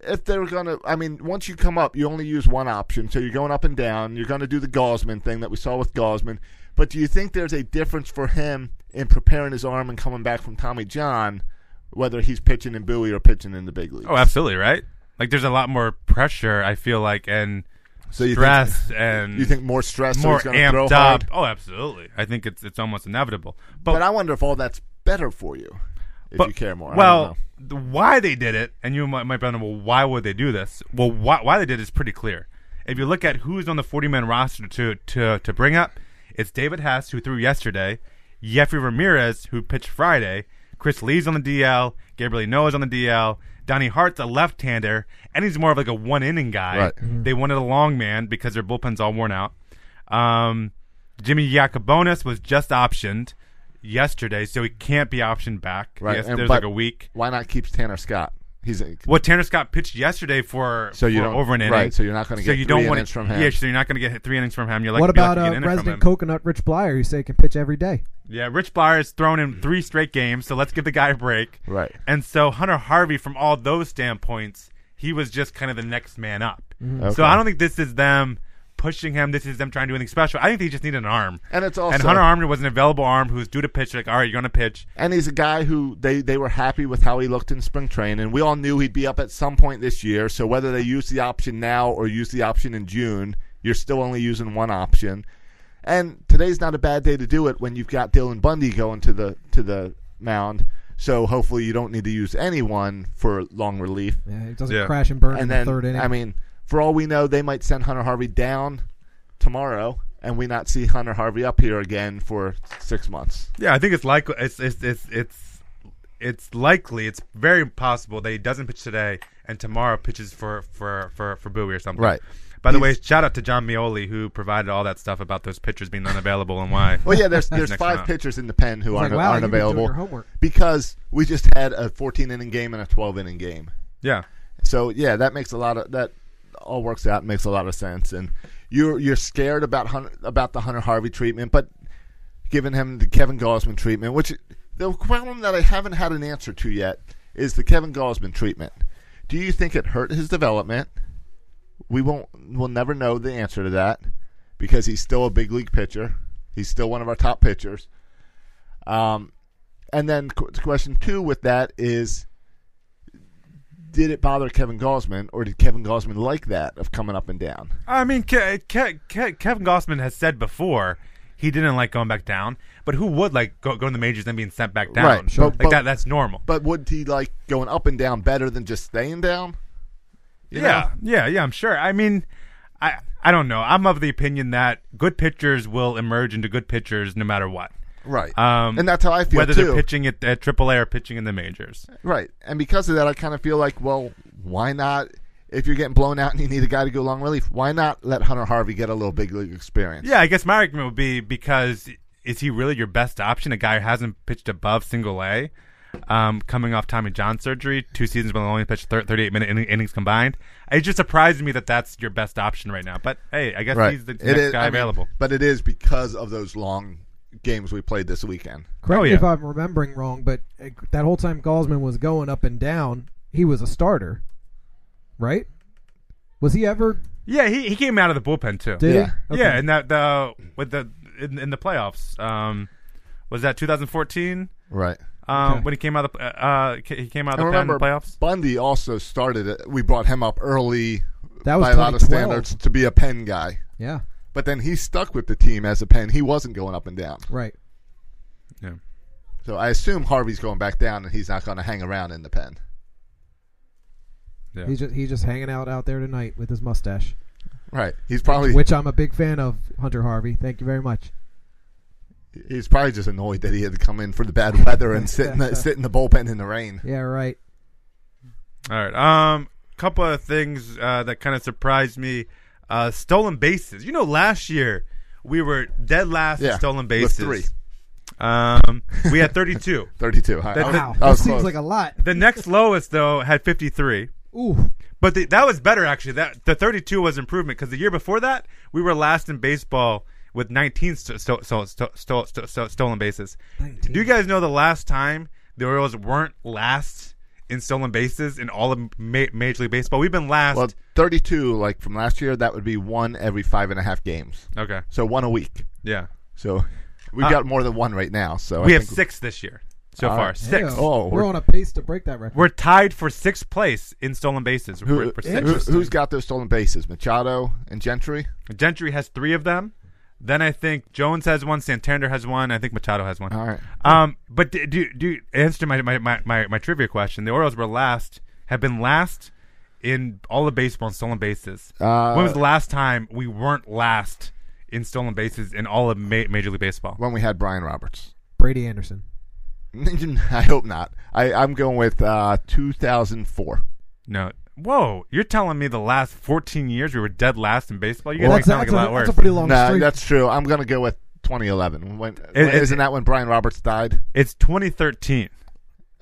[SPEAKER 1] if they're gonna, I mean, once you come up, you only use one option, so you're going up and down. You're gonna do the Gosman thing that we saw with Gosman, but do you think there's a difference for him in preparing his arm and coming back from Tommy John, whether he's pitching in Bowie or pitching in the big league?
[SPEAKER 3] Oh, absolutely right. Like there's a lot more pressure. I feel like and
[SPEAKER 1] so you
[SPEAKER 3] stress
[SPEAKER 1] Think,
[SPEAKER 3] and
[SPEAKER 1] you think more stress, so
[SPEAKER 3] more
[SPEAKER 1] he's gonna throw
[SPEAKER 3] amped up.
[SPEAKER 1] hard?
[SPEAKER 3] Oh, absolutely. I think it's it's almost inevitable. But,
[SPEAKER 1] But I wonder if all that's better for you if
[SPEAKER 3] but-
[SPEAKER 1] you care more. I don't know.
[SPEAKER 3] Well, the- why they did it, and you might, might be wondering, well, why would they do this? Well, why, why they did it is pretty clear. If you look at who's on the 40 man roster to, to, to bring up, it's David Hess, who threw yesterday, Jeffrey Ramirez, who pitched Friday, Chris Lee's on the DL, Gabriel Noah's on the DL, Donnie Hart's a left hander, and he's more of like a one inning guy.
[SPEAKER 1] Right.
[SPEAKER 3] They wanted a long man because their bullpen's all worn out. Um, Jimmy Yacobonis was just optioned yesterday, so he can't be optioned back.
[SPEAKER 1] Right,
[SPEAKER 3] Yes,
[SPEAKER 1] and-
[SPEAKER 3] there's
[SPEAKER 1] but-
[SPEAKER 3] like a week.
[SPEAKER 1] why not keep Tanner Scott? He's a,
[SPEAKER 3] Well, Tanner Scott pitched yesterday for,
[SPEAKER 1] So you
[SPEAKER 3] for
[SPEAKER 1] don't-
[SPEAKER 3] over an inning.
[SPEAKER 1] right, so you're not gonna
[SPEAKER 3] to
[SPEAKER 1] get
[SPEAKER 3] you
[SPEAKER 1] three
[SPEAKER 3] don't wanna-
[SPEAKER 1] innings from him.
[SPEAKER 3] Yeah, so you're not going to get hit three innings from him. You're like,
[SPEAKER 4] what
[SPEAKER 3] lucky
[SPEAKER 4] about
[SPEAKER 3] to get
[SPEAKER 4] uh,
[SPEAKER 3] an inning from him.
[SPEAKER 4] resident coconut Rich Blyer, who say can pitch every day?
[SPEAKER 3] Yeah, Rich Blyer has thrown in three straight games, so let's give the guy a break.
[SPEAKER 1] Right.
[SPEAKER 3] And so Hunter Harvey, from all those standpoints, he was just kind of the next man up.
[SPEAKER 1] Okay.
[SPEAKER 4] Mm-hmm.
[SPEAKER 3] So I don't think this is them pushing him. This is them trying to do anything special. I think they just need an arm.
[SPEAKER 1] And it's also-
[SPEAKER 3] and Hunter Armner was an available arm who was due to pitch. Like, all right, you're going to pitch.
[SPEAKER 1] and he's a guy who they, they were happy with how he looked in spring training. And we all knew he'd be up at some point this year. So whether they use the option now or use the option in June, you're still only using one option. And today's not a bad day to do it when you've got Dylan Bundy going to the to the mound. So hopefully you don't need to use anyone for long relief.
[SPEAKER 4] Yeah, it doesn't
[SPEAKER 3] Yeah.
[SPEAKER 4] crash and burn in
[SPEAKER 1] and then
[SPEAKER 4] the third inning.
[SPEAKER 1] I mean, for all we know, they might send Hunter Harvey down tomorrow, and we not see Hunter Harvey up here again for six months.
[SPEAKER 3] Yeah, I think it's likely. It's it's it's it's it's likely. It's very possible that he doesn't pitch today and tomorrow pitches for for for for Bowie or something.
[SPEAKER 1] Right.
[SPEAKER 3] By the
[SPEAKER 1] He's-
[SPEAKER 3] way, shout out to John Mioli who provided all that stuff about those pitchers being unavailable and why.
[SPEAKER 1] Well, yeah,
[SPEAKER 3] <laughs>
[SPEAKER 1] there's there's
[SPEAKER 3] Next
[SPEAKER 1] five
[SPEAKER 3] round.
[SPEAKER 1] pitchers in the pen who aren't,
[SPEAKER 4] like, wow,
[SPEAKER 1] aren't
[SPEAKER 4] you've been doing
[SPEAKER 1] available
[SPEAKER 4] your homework.
[SPEAKER 1] because we just had a 14 inning game and a 12 inning game.
[SPEAKER 3] yeah.
[SPEAKER 1] So yeah, that makes a lot of that all works out. and Makes a lot of sense. And you're you're scared about Hunter, about the Hunter Harvey treatment, but giving him the Kevin Gosman treatment, which the problem that I haven't had an answer to yet is the Kevin Gosman treatment. Do you think it hurt his development? We won't. We'll never know the answer to that because he's still a big league pitcher. He's still one of our top pitchers. Um, and then qu- question two with that is did it bother Kevin Gosman, or did Kevin Gosman like that of coming up and down?
[SPEAKER 3] I mean, Ke- Ke- Ke- Kevin Gossman has said before he didn't like going back down, but who would like go, go to the majors and being sent back down?
[SPEAKER 1] Right, sure.
[SPEAKER 3] Like
[SPEAKER 1] But-
[SPEAKER 3] that. That's normal.
[SPEAKER 1] But would he like going up and down better than just staying down? You
[SPEAKER 3] yeah,
[SPEAKER 1] know?
[SPEAKER 3] yeah, yeah. I'm sure. I mean, I I don't know. I'm of the opinion that good pitchers will emerge into good pitchers no matter what.
[SPEAKER 1] Right.
[SPEAKER 3] Um,
[SPEAKER 1] And that's how I feel,
[SPEAKER 3] Whether
[SPEAKER 1] too.
[SPEAKER 3] they're pitching at, at AAA or pitching in the majors.
[SPEAKER 1] Right. And because of that, I kind of feel like, well, why not? If you're getting blown out and you need a guy to go long relief, why not let Hunter Harvey get a little big league experience?
[SPEAKER 3] Yeah, I guess my argument would be because is he really your best option? A guy who hasn't pitched above single A, um, coming off Tommy John surgery, two seasons when he only pitched thir- 38 minute inning- innings combined. It just surprises me that that's your best option right now. But hey, I guess
[SPEAKER 1] Right.
[SPEAKER 3] he's the
[SPEAKER 1] It
[SPEAKER 3] next
[SPEAKER 1] is-
[SPEAKER 3] guy
[SPEAKER 1] I mean,
[SPEAKER 3] available.
[SPEAKER 1] but it is because of those long games we played this weekend.
[SPEAKER 4] Correct
[SPEAKER 3] Oh,
[SPEAKER 4] me
[SPEAKER 3] yeah.
[SPEAKER 4] if I'm remembering wrong, but uh, that whole time Gosman was going up and down, he was a starter, right? Was he ever?
[SPEAKER 3] yeah, he, he came out of the bullpen too.
[SPEAKER 4] Did
[SPEAKER 1] Yeah.
[SPEAKER 4] he? Okay.
[SPEAKER 3] Yeah, and that the with the in, in the playoffs um, was that 2014
[SPEAKER 1] Right.
[SPEAKER 3] um,
[SPEAKER 4] Okay.
[SPEAKER 3] when he came out of the, uh, uh, he came out
[SPEAKER 1] And
[SPEAKER 3] of the, pen in the
[SPEAKER 1] remember,
[SPEAKER 3] playoffs.
[SPEAKER 1] Bundy also started it. We brought him up early
[SPEAKER 4] That was
[SPEAKER 1] by a lot of
[SPEAKER 4] 2012.
[SPEAKER 1] standards to be a pen guy.
[SPEAKER 4] Yeah.
[SPEAKER 1] But then he stuck with the team as a pen. He wasn't going up and down.
[SPEAKER 4] Right.
[SPEAKER 3] Yeah.
[SPEAKER 1] So I assume Harvey's going back down and he's not going to hang around in the pen.
[SPEAKER 3] Yeah.
[SPEAKER 4] He's just he's just hanging out out there tonight with his mustache,
[SPEAKER 1] Right. He's probably
[SPEAKER 4] which I'm a big fan of. Hunter Harvey, thank you very much.
[SPEAKER 1] He's probably just annoyed that he had to come in for the bad weather and sit in the, sit in the bullpen in the rain.
[SPEAKER 4] Yeah. Right.
[SPEAKER 3] All right. Um, couple of things uh, that kind of surprised me. Uh, stolen bases. You know, last year we were dead last in
[SPEAKER 1] Yeah,
[SPEAKER 3] stolen
[SPEAKER 1] with
[SPEAKER 3] bases.
[SPEAKER 1] three.
[SPEAKER 3] Um, we had 32.
[SPEAKER 1] 32. I- I was-
[SPEAKER 4] Wow.
[SPEAKER 1] I
[SPEAKER 4] That
[SPEAKER 1] was
[SPEAKER 4] seems
[SPEAKER 1] close.
[SPEAKER 4] like a lot.
[SPEAKER 3] <laughs> the next lowest though had 53.
[SPEAKER 4] Ooh.
[SPEAKER 3] But the, that was better actually. That the 32 was improvement because the year before that we were last in baseball with 19 st- sto- so- sto- sto- sto- sto- stolen bases.
[SPEAKER 4] 19.
[SPEAKER 3] Do you guys know the last time the Orioles weren't last in stolen bases in all of ma- Major League Baseball? We've been last.
[SPEAKER 1] well, 32, like from last year, that would be one every five and a half games.
[SPEAKER 3] okay.
[SPEAKER 1] So one a week.
[SPEAKER 3] Yeah.
[SPEAKER 1] So we've
[SPEAKER 3] Uh,
[SPEAKER 1] got more than one right now. So
[SPEAKER 3] we
[SPEAKER 1] I
[SPEAKER 3] have
[SPEAKER 1] think- Uh,
[SPEAKER 3] six this year so
[SPEAKER 1] All
[SPEAKER 3] far.
[SPEAKER 1] right.
[SPEAKER 3] Six.
[SPEAKER 4] Yeah.
[SPEAKER 1] Oh,
[SPEAKER 4] we're,
[SPEAKER 1] we're-
[SPEAKER 4] on a pace to break that record.
[SPEAKER 3] We're tied for sixth place in stolen bases.
[SPEAKER 1] Who,
[SPEAKER 3] We're- we're
[SPEAKER 1] who,
[SPEAKER 3] sixth.
[SPEAKER 1] who's got those stolen bases? Machado and Gentry?
[SPEAKER 3] Gentry has three of them. Then I think Jones has one. Santander has one. I think Machado has one.
[SPEAKER 1] All right.
[SPEAKER 3] Um, but do, do, do answer my, my, my, my, my trivia question. The Orioles were last, have been last in all the baseball in stolen bases.
[SPEAKER 1] Uh,
[SPEAKER 3] when was the last time we weren't last in stolen bases in all of ma- Major League Baseball?
[SPEAKER 1] When we had Brian Roberts.
[SPEAKER 4] Brady Anderson.
[SPEAKER 1] <laughs> I hope not. I, I'm going with uh, 2004.
[SPEAKER 3] No. Whoa, you're telling me the last 14 years we were dead last in baseball? You guys
[SPEAKER 1] Well,
[SPEAKER 3] make it sound like
[SPEAKER 4] that's,
[SPEAKER 3] a lot
[SPEAKER 4] a,
[SPEAKER 3] worse.
[SPEAKER 4] that's a pretty long
[SPEAKER 1] Nah,
[SPEAKER 4] streak.
[SPEAKER 1] that's true. I'm going to go with 2011. When,
[SPEAKER 3] it-
[SPEAKER 1] isn't that when Brian Roberts died?
[SPEAKER 3] It's 2013.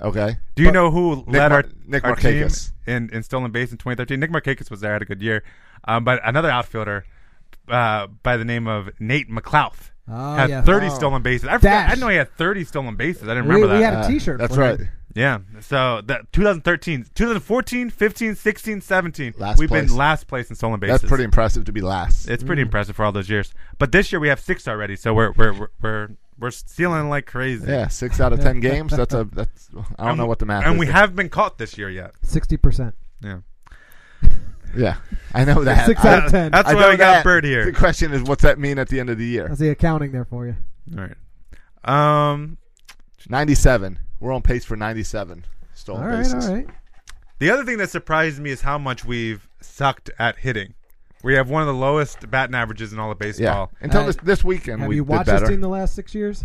[SPEAKER 1] Okay.
[SPEAKER 3] Do you know who led
[SPEAKER 1] Mar-
[SPEAKER 3] our,
[SPEAKER 1] Nick
[SPEAKER 3] our team
[SPEAKER 1] Markakis.
[SPEAKER 3] in, in stolen base in 2013? Nick Markakis was there, had a good year. Um, but another outfielder uh, by the name of Nate McClouth
[SPEAKER 4] Oh,
[SPEAKER 3] had
[SPEAKER 4] yeah.
[SPEAKER 3] 30
[SPEAKER 4] Oh.
[SPEAKER 3] stolen bases. I, forgot, I
[SPEAKER 4] Dash.
[SPEAKER 3] didn't know he had 30 stolen bases. I didn't
[SPEAKER 4] We-
[SPEAKER 3] remember
[SPEAKER 4] we
[SPEAKER 3] that.
[SPEAKER 4] had a T-shirt.
[SPEAKER 1] uh, That's
[SPEAKER 4] for him.
[SPEAKER 1] right.
[SPEAKER 3] yeah. So that 2013, 2014, 15, 16, 17.
[SPEAKER 1] Last
[SPEAKER 3] we've
[SPEAKER 1] place.
[SPEAKER 3] been last place in stolen bases.
[SPEAKER 1] That's pretty impressive to be last.
[SPEAKER 3] It's
[SPEAKER 4] Mm.
[SPEAKER 3] pretty impressive for all those years. But this year we have six already, so we're we're we're we're, we're stealing like crazy.
[SPEAKER 1] yeah, six out of
[SPEAKER 4] <laughs>
[SPEAKER 1] ten games. That's a that's. I don't
[SPEAKER 3] And-
[SPEAKER 1] know what the math
[SPEAKER 3] And
[SPEAKER 1] is.
[SPEAKER 3] we haven't been caught this year yet.
[SPEAKER 4] Sixty percent.
[SPEAKER 3] Yeah.
[SPEAKER 1] yeah, I know that.
[SPEAKER 4] Six
[SPEAKER 1] I-
[SPEAKER 4] out of ten.
[SPEAKER 3] That's
[SPEAKER 1] I
[SPEAKER 3] why
[SPEAKER 1] know
[SPEAKER 3] we got
[SPEAKER 1] that.
[SPEAKER 3] Bird here.
[SPEAKER 1] The question is, what's that mean at the end of the year?
[SPEAKER 4] That's the accounting there for you.
[SPEAKER 3] All right. Um,
[SPEAKER 1] Ninety-seven. We're on pace for ninety-seven stolen
[SPEAKER 4] All right,
[SPEAKER 1] bases.
[SPEAKER 4] all right.
[SPEAKER 3] the other thing that surprised me is how much we've sucked at hitting. We have one of the lowest batting averages in all of
[SPEAKER 1] Yeah.
[SPEAKER 3] baseball.
[SPEAKER 1] Until
[SPEAKER 4] Uh,
[SPEAKER 1] this this weekend,
[SPEAKER 4] Have
[SPEAKER 1] we
[SPEAKER 4] you
[SPEAKER 1] did
[SPEAKER 4] watched this
[SPEAKER 1] better.
[SPEAKER 4] team the last six years?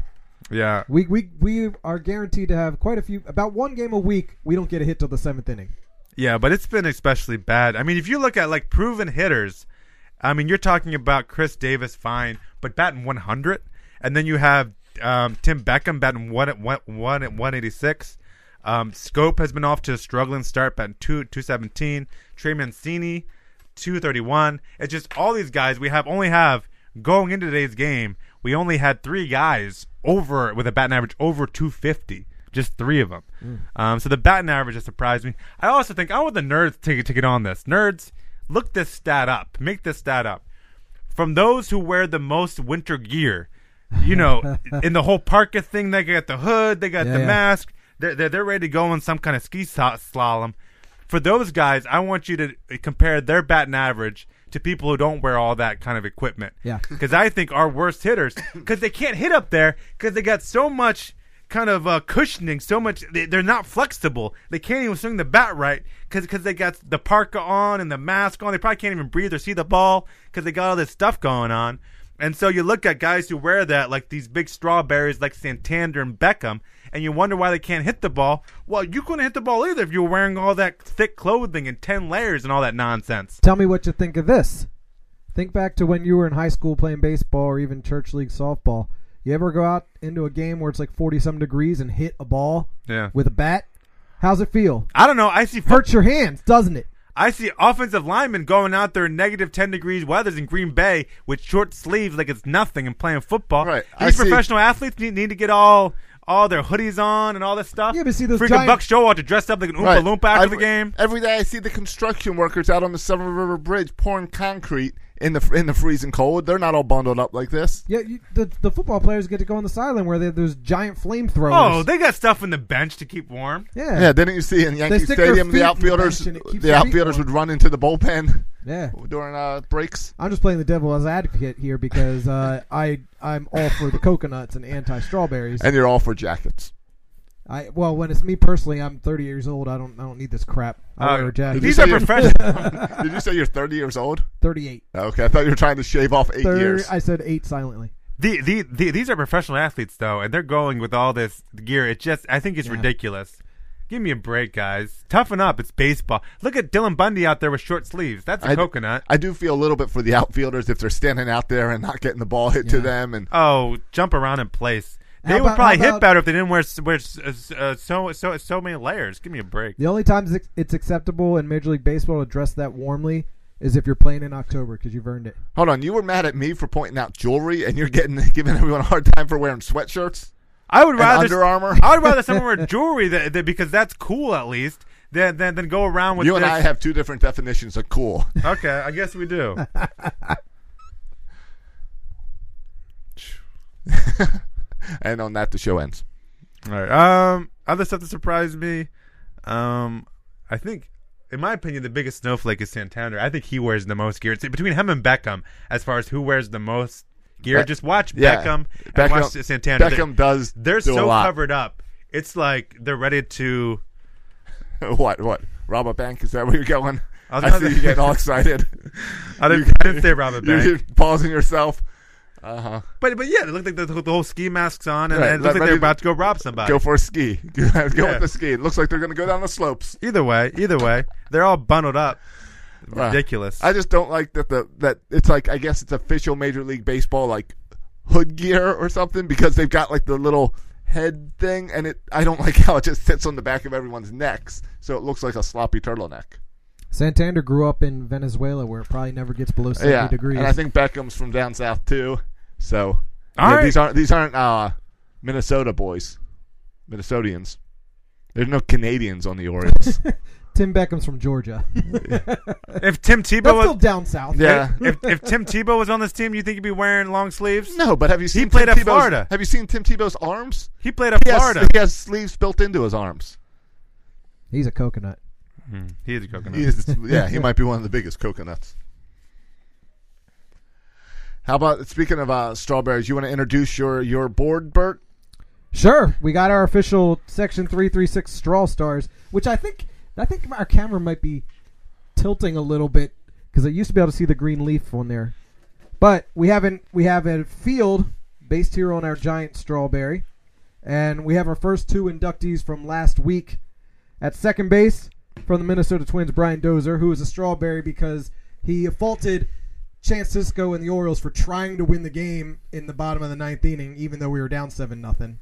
[SPEAKER 3] Yeah.
[SPEAKER 4] We we we are guaranteed to have quite a few. About one game a week, we don't get a hit till the seventh inning.
[SPEAKER 3] Yeah, but it's been especially bad. I mean, if you look at like proven hitters, I mean, you're talking about Chris Davis, fine, but batting 100, and then you have um, Tim Beckham batting one at one, one at 186. Um, Scope has been off to a struggling start, batting two 217. Trey Mancini, 231. It's just all these guys we have only have going into today's game. We only had three guys over with a batting average over 250. Just three of them.
[SPEAKER 4] Mm.
[SPEAKER 3] Um, so the batting average has surprised me. I also think I want the nerds to, to get on this. Nerds, look this stat up. Make this stat up. From those who wear the most winter gear, you
[SPEAKER 4] <laughs>
[SPEAKER 3] know, in the whole parka thing, they got the hood, they got
[SPEAKER 4] Yeah,
[SPEAKER 3] the
[SPEAKER 4] yeah.
[SPEAKER 3] mask, they're, they're, they're ready to go on some kind of ski so- slalom. For those guys, I want you to compare their batting average to people who don't wear all that kind of equipment.
[SPEAKER 4] Yeah.
[SPEAKER 3] Because I think our worst hitters, because they can't hit up there, because they got so much kind of uh, cushioning, so much they, they're not flexible. They can't even swing the bat right because they got the parka on and the mask on. They probably can't even breathe or see the ball because they got all this stuff going on. And so you look at guys who wear that, like these big strawberries, like Santander and Beckham, and you wonder why they can't hit the ball. Well, you couldn't hit the ball either if you were wearing all that thick clothing and 10 layers and all that nonsense.
[SPEAKER 4] Tell me what you think of this. Think back to when you were in high school playing baseball or even church league softball. You ever go out into a game where it's like 40 some degrees and hit a ball
[SPEAKER 3] Yeah.
[SPEAKER 4] with a bat? How's it feel?
[SPEAKER 3] I don't know. I see
[SPEAKER 4] Hurts your hands, doesn't it?
[SPEAKER 3] I see offensive linemen going out there in negative 10 degrees weathers in Green Bay with short sleeves like it's nothing and playing football.
[SPEAKER 1] Right. I
[SPEAKER 3] These
[SPEAKER 1] see-
[SPEAKER 3] professional athletes need, need to get all all their hoodies on and all this stuff.
[SPEAKER 4] Yeah, but see, those
[SPEAKER 3] Freaking
[SPEAKER 4] giant-
[SPEAKER 3] Buck Showalter dressed up like an Oompa
[SPEAKER 1] Right.
[SPEAKER 3] Loompa after
[SPEAKER 1] every,
[SPEAKER 3] the game.
[SPEAKER 1] Every day I see the construction workers out on the Summer River Bridge pouring concrete in the in the freezing cold. They're not all bundled up like this.
[SPEAKER 4] Yeah, you, the, the football players get to go on the sideline where they have those giant flamethrowers.
[SPEAKER 3] Oh, they got stuff in the bench to keep warm.
[SPEAKER 4] yeah,
[SPEAKER 1] Yeah, didn't you see in Yankee
[SPEAKER 4] stick their
[SPEAKER 1] Stadium
[SPEAKER 4] feet
[SPEAKER 1] the
[SPEAKER 4] in the
[SPEAKER 1] outfielders
[SPEAKER 4] bench and it keeps
[SPEAKER 1] the
[SPEAKER 4] their feet
[SPEAKER 1] outfielders
[SPEAKER 4] warm.
[SPEAKER 1] would run into the bullpen <laughs>
[SPEAKER 4] yeah.
[SPEAKER 1] during uh, breaks?
[SPEAKER 4] I'm just playing the devil as advocate here because uh, <laughs> I I'm all for the coconuts and anti strawberries.
[SPEAKER 1] And you're all for
[SPEAKER 4] <laughs>
[SPEAKER 1] jackets.
[SPEAKER 4] I well, when it's me personally, I'm 30 years old. I don't I don't need this crap. I
[SPEAKER 3] Uh,
[SPEAKER 4] wear a jacket.
[SPEAKER 3] These
[SPEAKER 1] you
[SPEAKER 3] are
[SPEAKER 1] say you're-
[SPEAKER 4] <laughs>
[SPEAKER 3] professional.
[SPEAKER 1] Did you say you're 30 years old?
[SPEAKER 4] 38.
[SPEAKER 1] Okay, I thought you were trying to shave off eight
[SPEAKER 4] Thir-
[SPEAKER 1] years.
[SPEAKER 4] I said eight silently.
[SPEAKER 3] the, the, the, these are professional athletes, though, and they're going with all this gear. It's just, I think it's ridiculous. Give me a break, guys. Toughen up. It's baseball. Look at Dylan Bundy out there with short sleeves. That's a
[SPEAKER 1] I-
[SPEAKER 3] coconut.
[SPEAKER 1] I do feel a little bit for the outfielders if they're standing out there and not getting the ball hit to
[SPEAKER 4] Yeah.
[SPEAKER 1] them. And
[SPEAKER 3] Oh, jump around in place. They
[SPEAKER 4] How
[SPEAKER 3] would
[SPEAKER 4] about-
[SPEAKER 3] probably
[SPEAKER 4] how
[SPEAKER 3] hit
[SPEAKER 4] about-
[SPEAKER 3] better if they didn't wear, s- wear s- uh, so so so many layers. Give me a break.
[SPEAKER 4] The only times it's- it's acceptable in Major League Baseball to dress that warmly is if you're playing in October because you've earned it.
[SPEAKER 1] hold on, you were mad at me for pointing out jewelry, and you're getting <laughs> giving everyone a hard time for wearing sweatshirts.
[SPEAKER 3] I would rather
[SPEAKER 1] Under Armour?
[SPEAKER 3] I would rather someone wear jewelry that, that, because that's cool at least than than, than go around with
[SPEAKER 1] you and
[SPEAKER 3] this-
[SPEAKER 1] I have two different definitions of cool.
[SPEAKER 3] <laughs> Okay, I guess we do.
[SPEAKER 1] and on that, the show ends.
[SPEAKER 3] All right. Um, other stuff that surprised me. Um, I think, in my opinion, the biggest snowflake is Santander. I think he wears the most gear. It's between him and Beckham as far as who wears the most gear.
[SPEAKER 1] Be-
[SPEAKER 3] Just watch
[SPEAKER 1] yeah.
[SPEAKER 3] Beckham and
[SPEAKER 1] Beckham-
[SPEAKER 3] watch Santander.
[SPEAKER 1] Beckham does
[SPEAKER 3] They're
[SPEAKER 1] do a
[SPEAKER 3] so
[SPEAKER 1] lot.
[SPEAKER 3] covered up. It's like they're ready to.
[SPEAKER 1] <laughs> what? What? Rob a bank? Is that where you're going?
[SPEAKER 3] I was
[SPEAKER 1] I
[SPEAKER 3] not-
[SPEAKER 1] see you getting
[SPEAKER 3] <laughs>
[SPEAKER 1] all excited.
[SPEAKER 3] I didn't, I didn't say Robin
[SPEAKER 1] You're,
[SPEAKER 3] Bank,
[SPEAKER 1] pausing yourself. Uh huh.
[SPEAKER 3] but but yeah, it looked like the, the whole ski masks on, and,
[SPEAKER 1] Right,
[SPEAKER 3] and it looked like
[SPEAKER 1] ready
[SPEAKER 3] they're
[SPEAKER 1] to-
[SPEAKER 3] about to go rob somebody.
[SPEAKER 1] Go for a ski. <laughs> go
[SPEAKER 3] Yeah.
[SPEAKER 1] with the ski. It looks like they're going to go down the slopes.
[SPEAKER 3] either way, either way, they're all bundled up. Ridiculous.
[SPEAKER 1] I just don't like that the that it's like I guess it's official Major League Baseball like hood gear or something because they've got like the little head thing and it I don't <laughs> like how it just sits on the back of everyone's necks so it looks like a sloppy turtleneck.
[SPEAKER 4] Santander grew up in Venezuela where it probably never gets below 70
[SPEAKER 1] yeah,
[SPEAKER 4] degrees.
[SPEAKER 1] and I think Beckham's from down south too, so
[SPEAKER 3] All
[SPEAKER 1] yeah,
[SPEAKER 3] right.
[SPEAKER 1] these aren't these aren't uh, Minnesota boys, Minnesotians. There's no Canadians on the Orioles.
[SPEAKER 4] Tim Beckham's from Georgia. <laughs>
[SPEAKER 3] if Tim Tebow
[SPEAKER 4] That's still
[SPEAKER 3] was,
[SPEAKER 4] down south.
[SPEAKER 1] yeah,
[SPEAKER 3] if, if Tim Tebow was on this team, you think he'd be wearing long sleeves?
[SPEAKER 1] <laughs> no, but have you seen
[SPEAKER 3] played
[SPEAKER 1] Tim
[SPEAKER 3] at
[SPEAKER 1] Tebow's-
[SPEAKER 3] Florida.
[SPEAKER 1] Have you seen Tim Tebow's arms?
[SPEAKER 3] He played at
[SPEAKER 1] He has,
[SPEAKER 3] Florida.
[SPEAKER 1] he has sleeves built into his arms.
[SPEAKER 4] He's a coconut.
[SPEAKER 3] He is a coconut.
[SPEAKER 1] He is, yeah, he might be one of the biggest coconuts. How about speaking of uh, strawberries? You want to introduce your your board, Bert?
[SPEAKER 4] Sure, we got our official Section Three Three Six Straw Stars, which I think I think our camera might be tilting a little bit because I used to be able to see the green leaf on there, but we haven't. We have a field based here on our giant strawberry, and we have our first two inductees from last week. At second base, from the Minnesota Twins, Brian Dozer, who is a strawberry because he faulted Chance Cisco and the Orioles for trying to win the game in the bottom of the ninth inning, even though we were down seven nothing.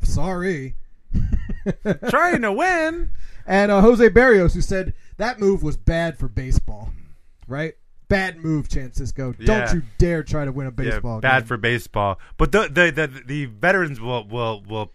[SPEAKER 4] Sorry.
[SPEAKER 3] Trying
[SPEAKER 1] <laughs>
[SPEAKER 3] to win.
[SPEAKER 4] And uh, Jose Barrios, who said that move was bad for baseball, right? Bad move, Chance Cisco.
[SPEAKER 3] Yeah.
[SPEAKER 4] Don't you dare try to win a
[SPEAKER 3] Yeah,
[SPEAKER 4] baseball game.
[SPEAKER 3] bad for baseball. But the the, the the veterans will will will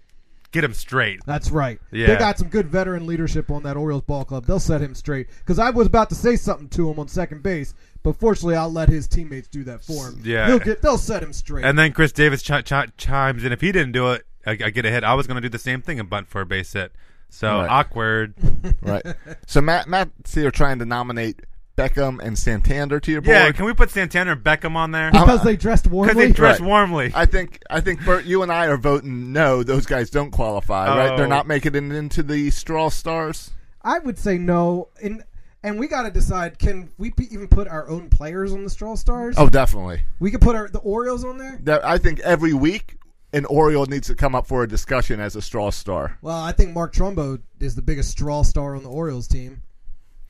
[SPEAKER 3] get him straight.
[SPEAKER 4] That's right.
[SPEAKER 3] Yeah.
[SPEAKER 4] They got some good veteran leadership on that Orioles ball club. They'll set him straight. Because I was about to say something to him on second base, but fortunately, I'll let his teammates do that for him.
[SPEAKER 3] Yeah.
[SPEAKER 4] He'll get, they'll set him straight.
[SPEAKER 3] And then Chris Davis chi- chi- chimes in. If he didn't do it, I, I get a hit. I was going to do the same thing and bunt for a base hit. So
[SPEAKER 1] Right.
[SPEAKER 3] awkward.
[SPEAKER 1] Right. so Matt Matt here trying to nominate Beckham and Santander to your board.
[SPEAKER 3] yeah, can we put Santander and Beckham on there?
[SPEAKER 4] because
[SPEAKER 3] <laughs>
[SPEAKER 4] they dressed warmly.
[SPEAKER 3] Because they dress
[SPEAKER 1] Right.
[SPEAKER 3] warmly.
[SPEAKER 1] I think I think Bert, you and I are voting no. Those guys don't qualify, right?
[SPEAKER 3] Oh.
[SPEAKER 1] They're not making it into the straw stars.
[SPEAKER 4] I would say no. And And we got to decide: can we p- even put our own players on the Straw Stars?
[SPEAKER 1] Oh, definitely.
[SPEAKER 4] we could put our, the Orioles on there.
[SPEAKER 1] That- I think every week an Oriole needs to come up for a discussion as a straw star.
[SPEAKER 4] Well, I think Mark Trumbo is the biggest Straw Star on the Orioles team.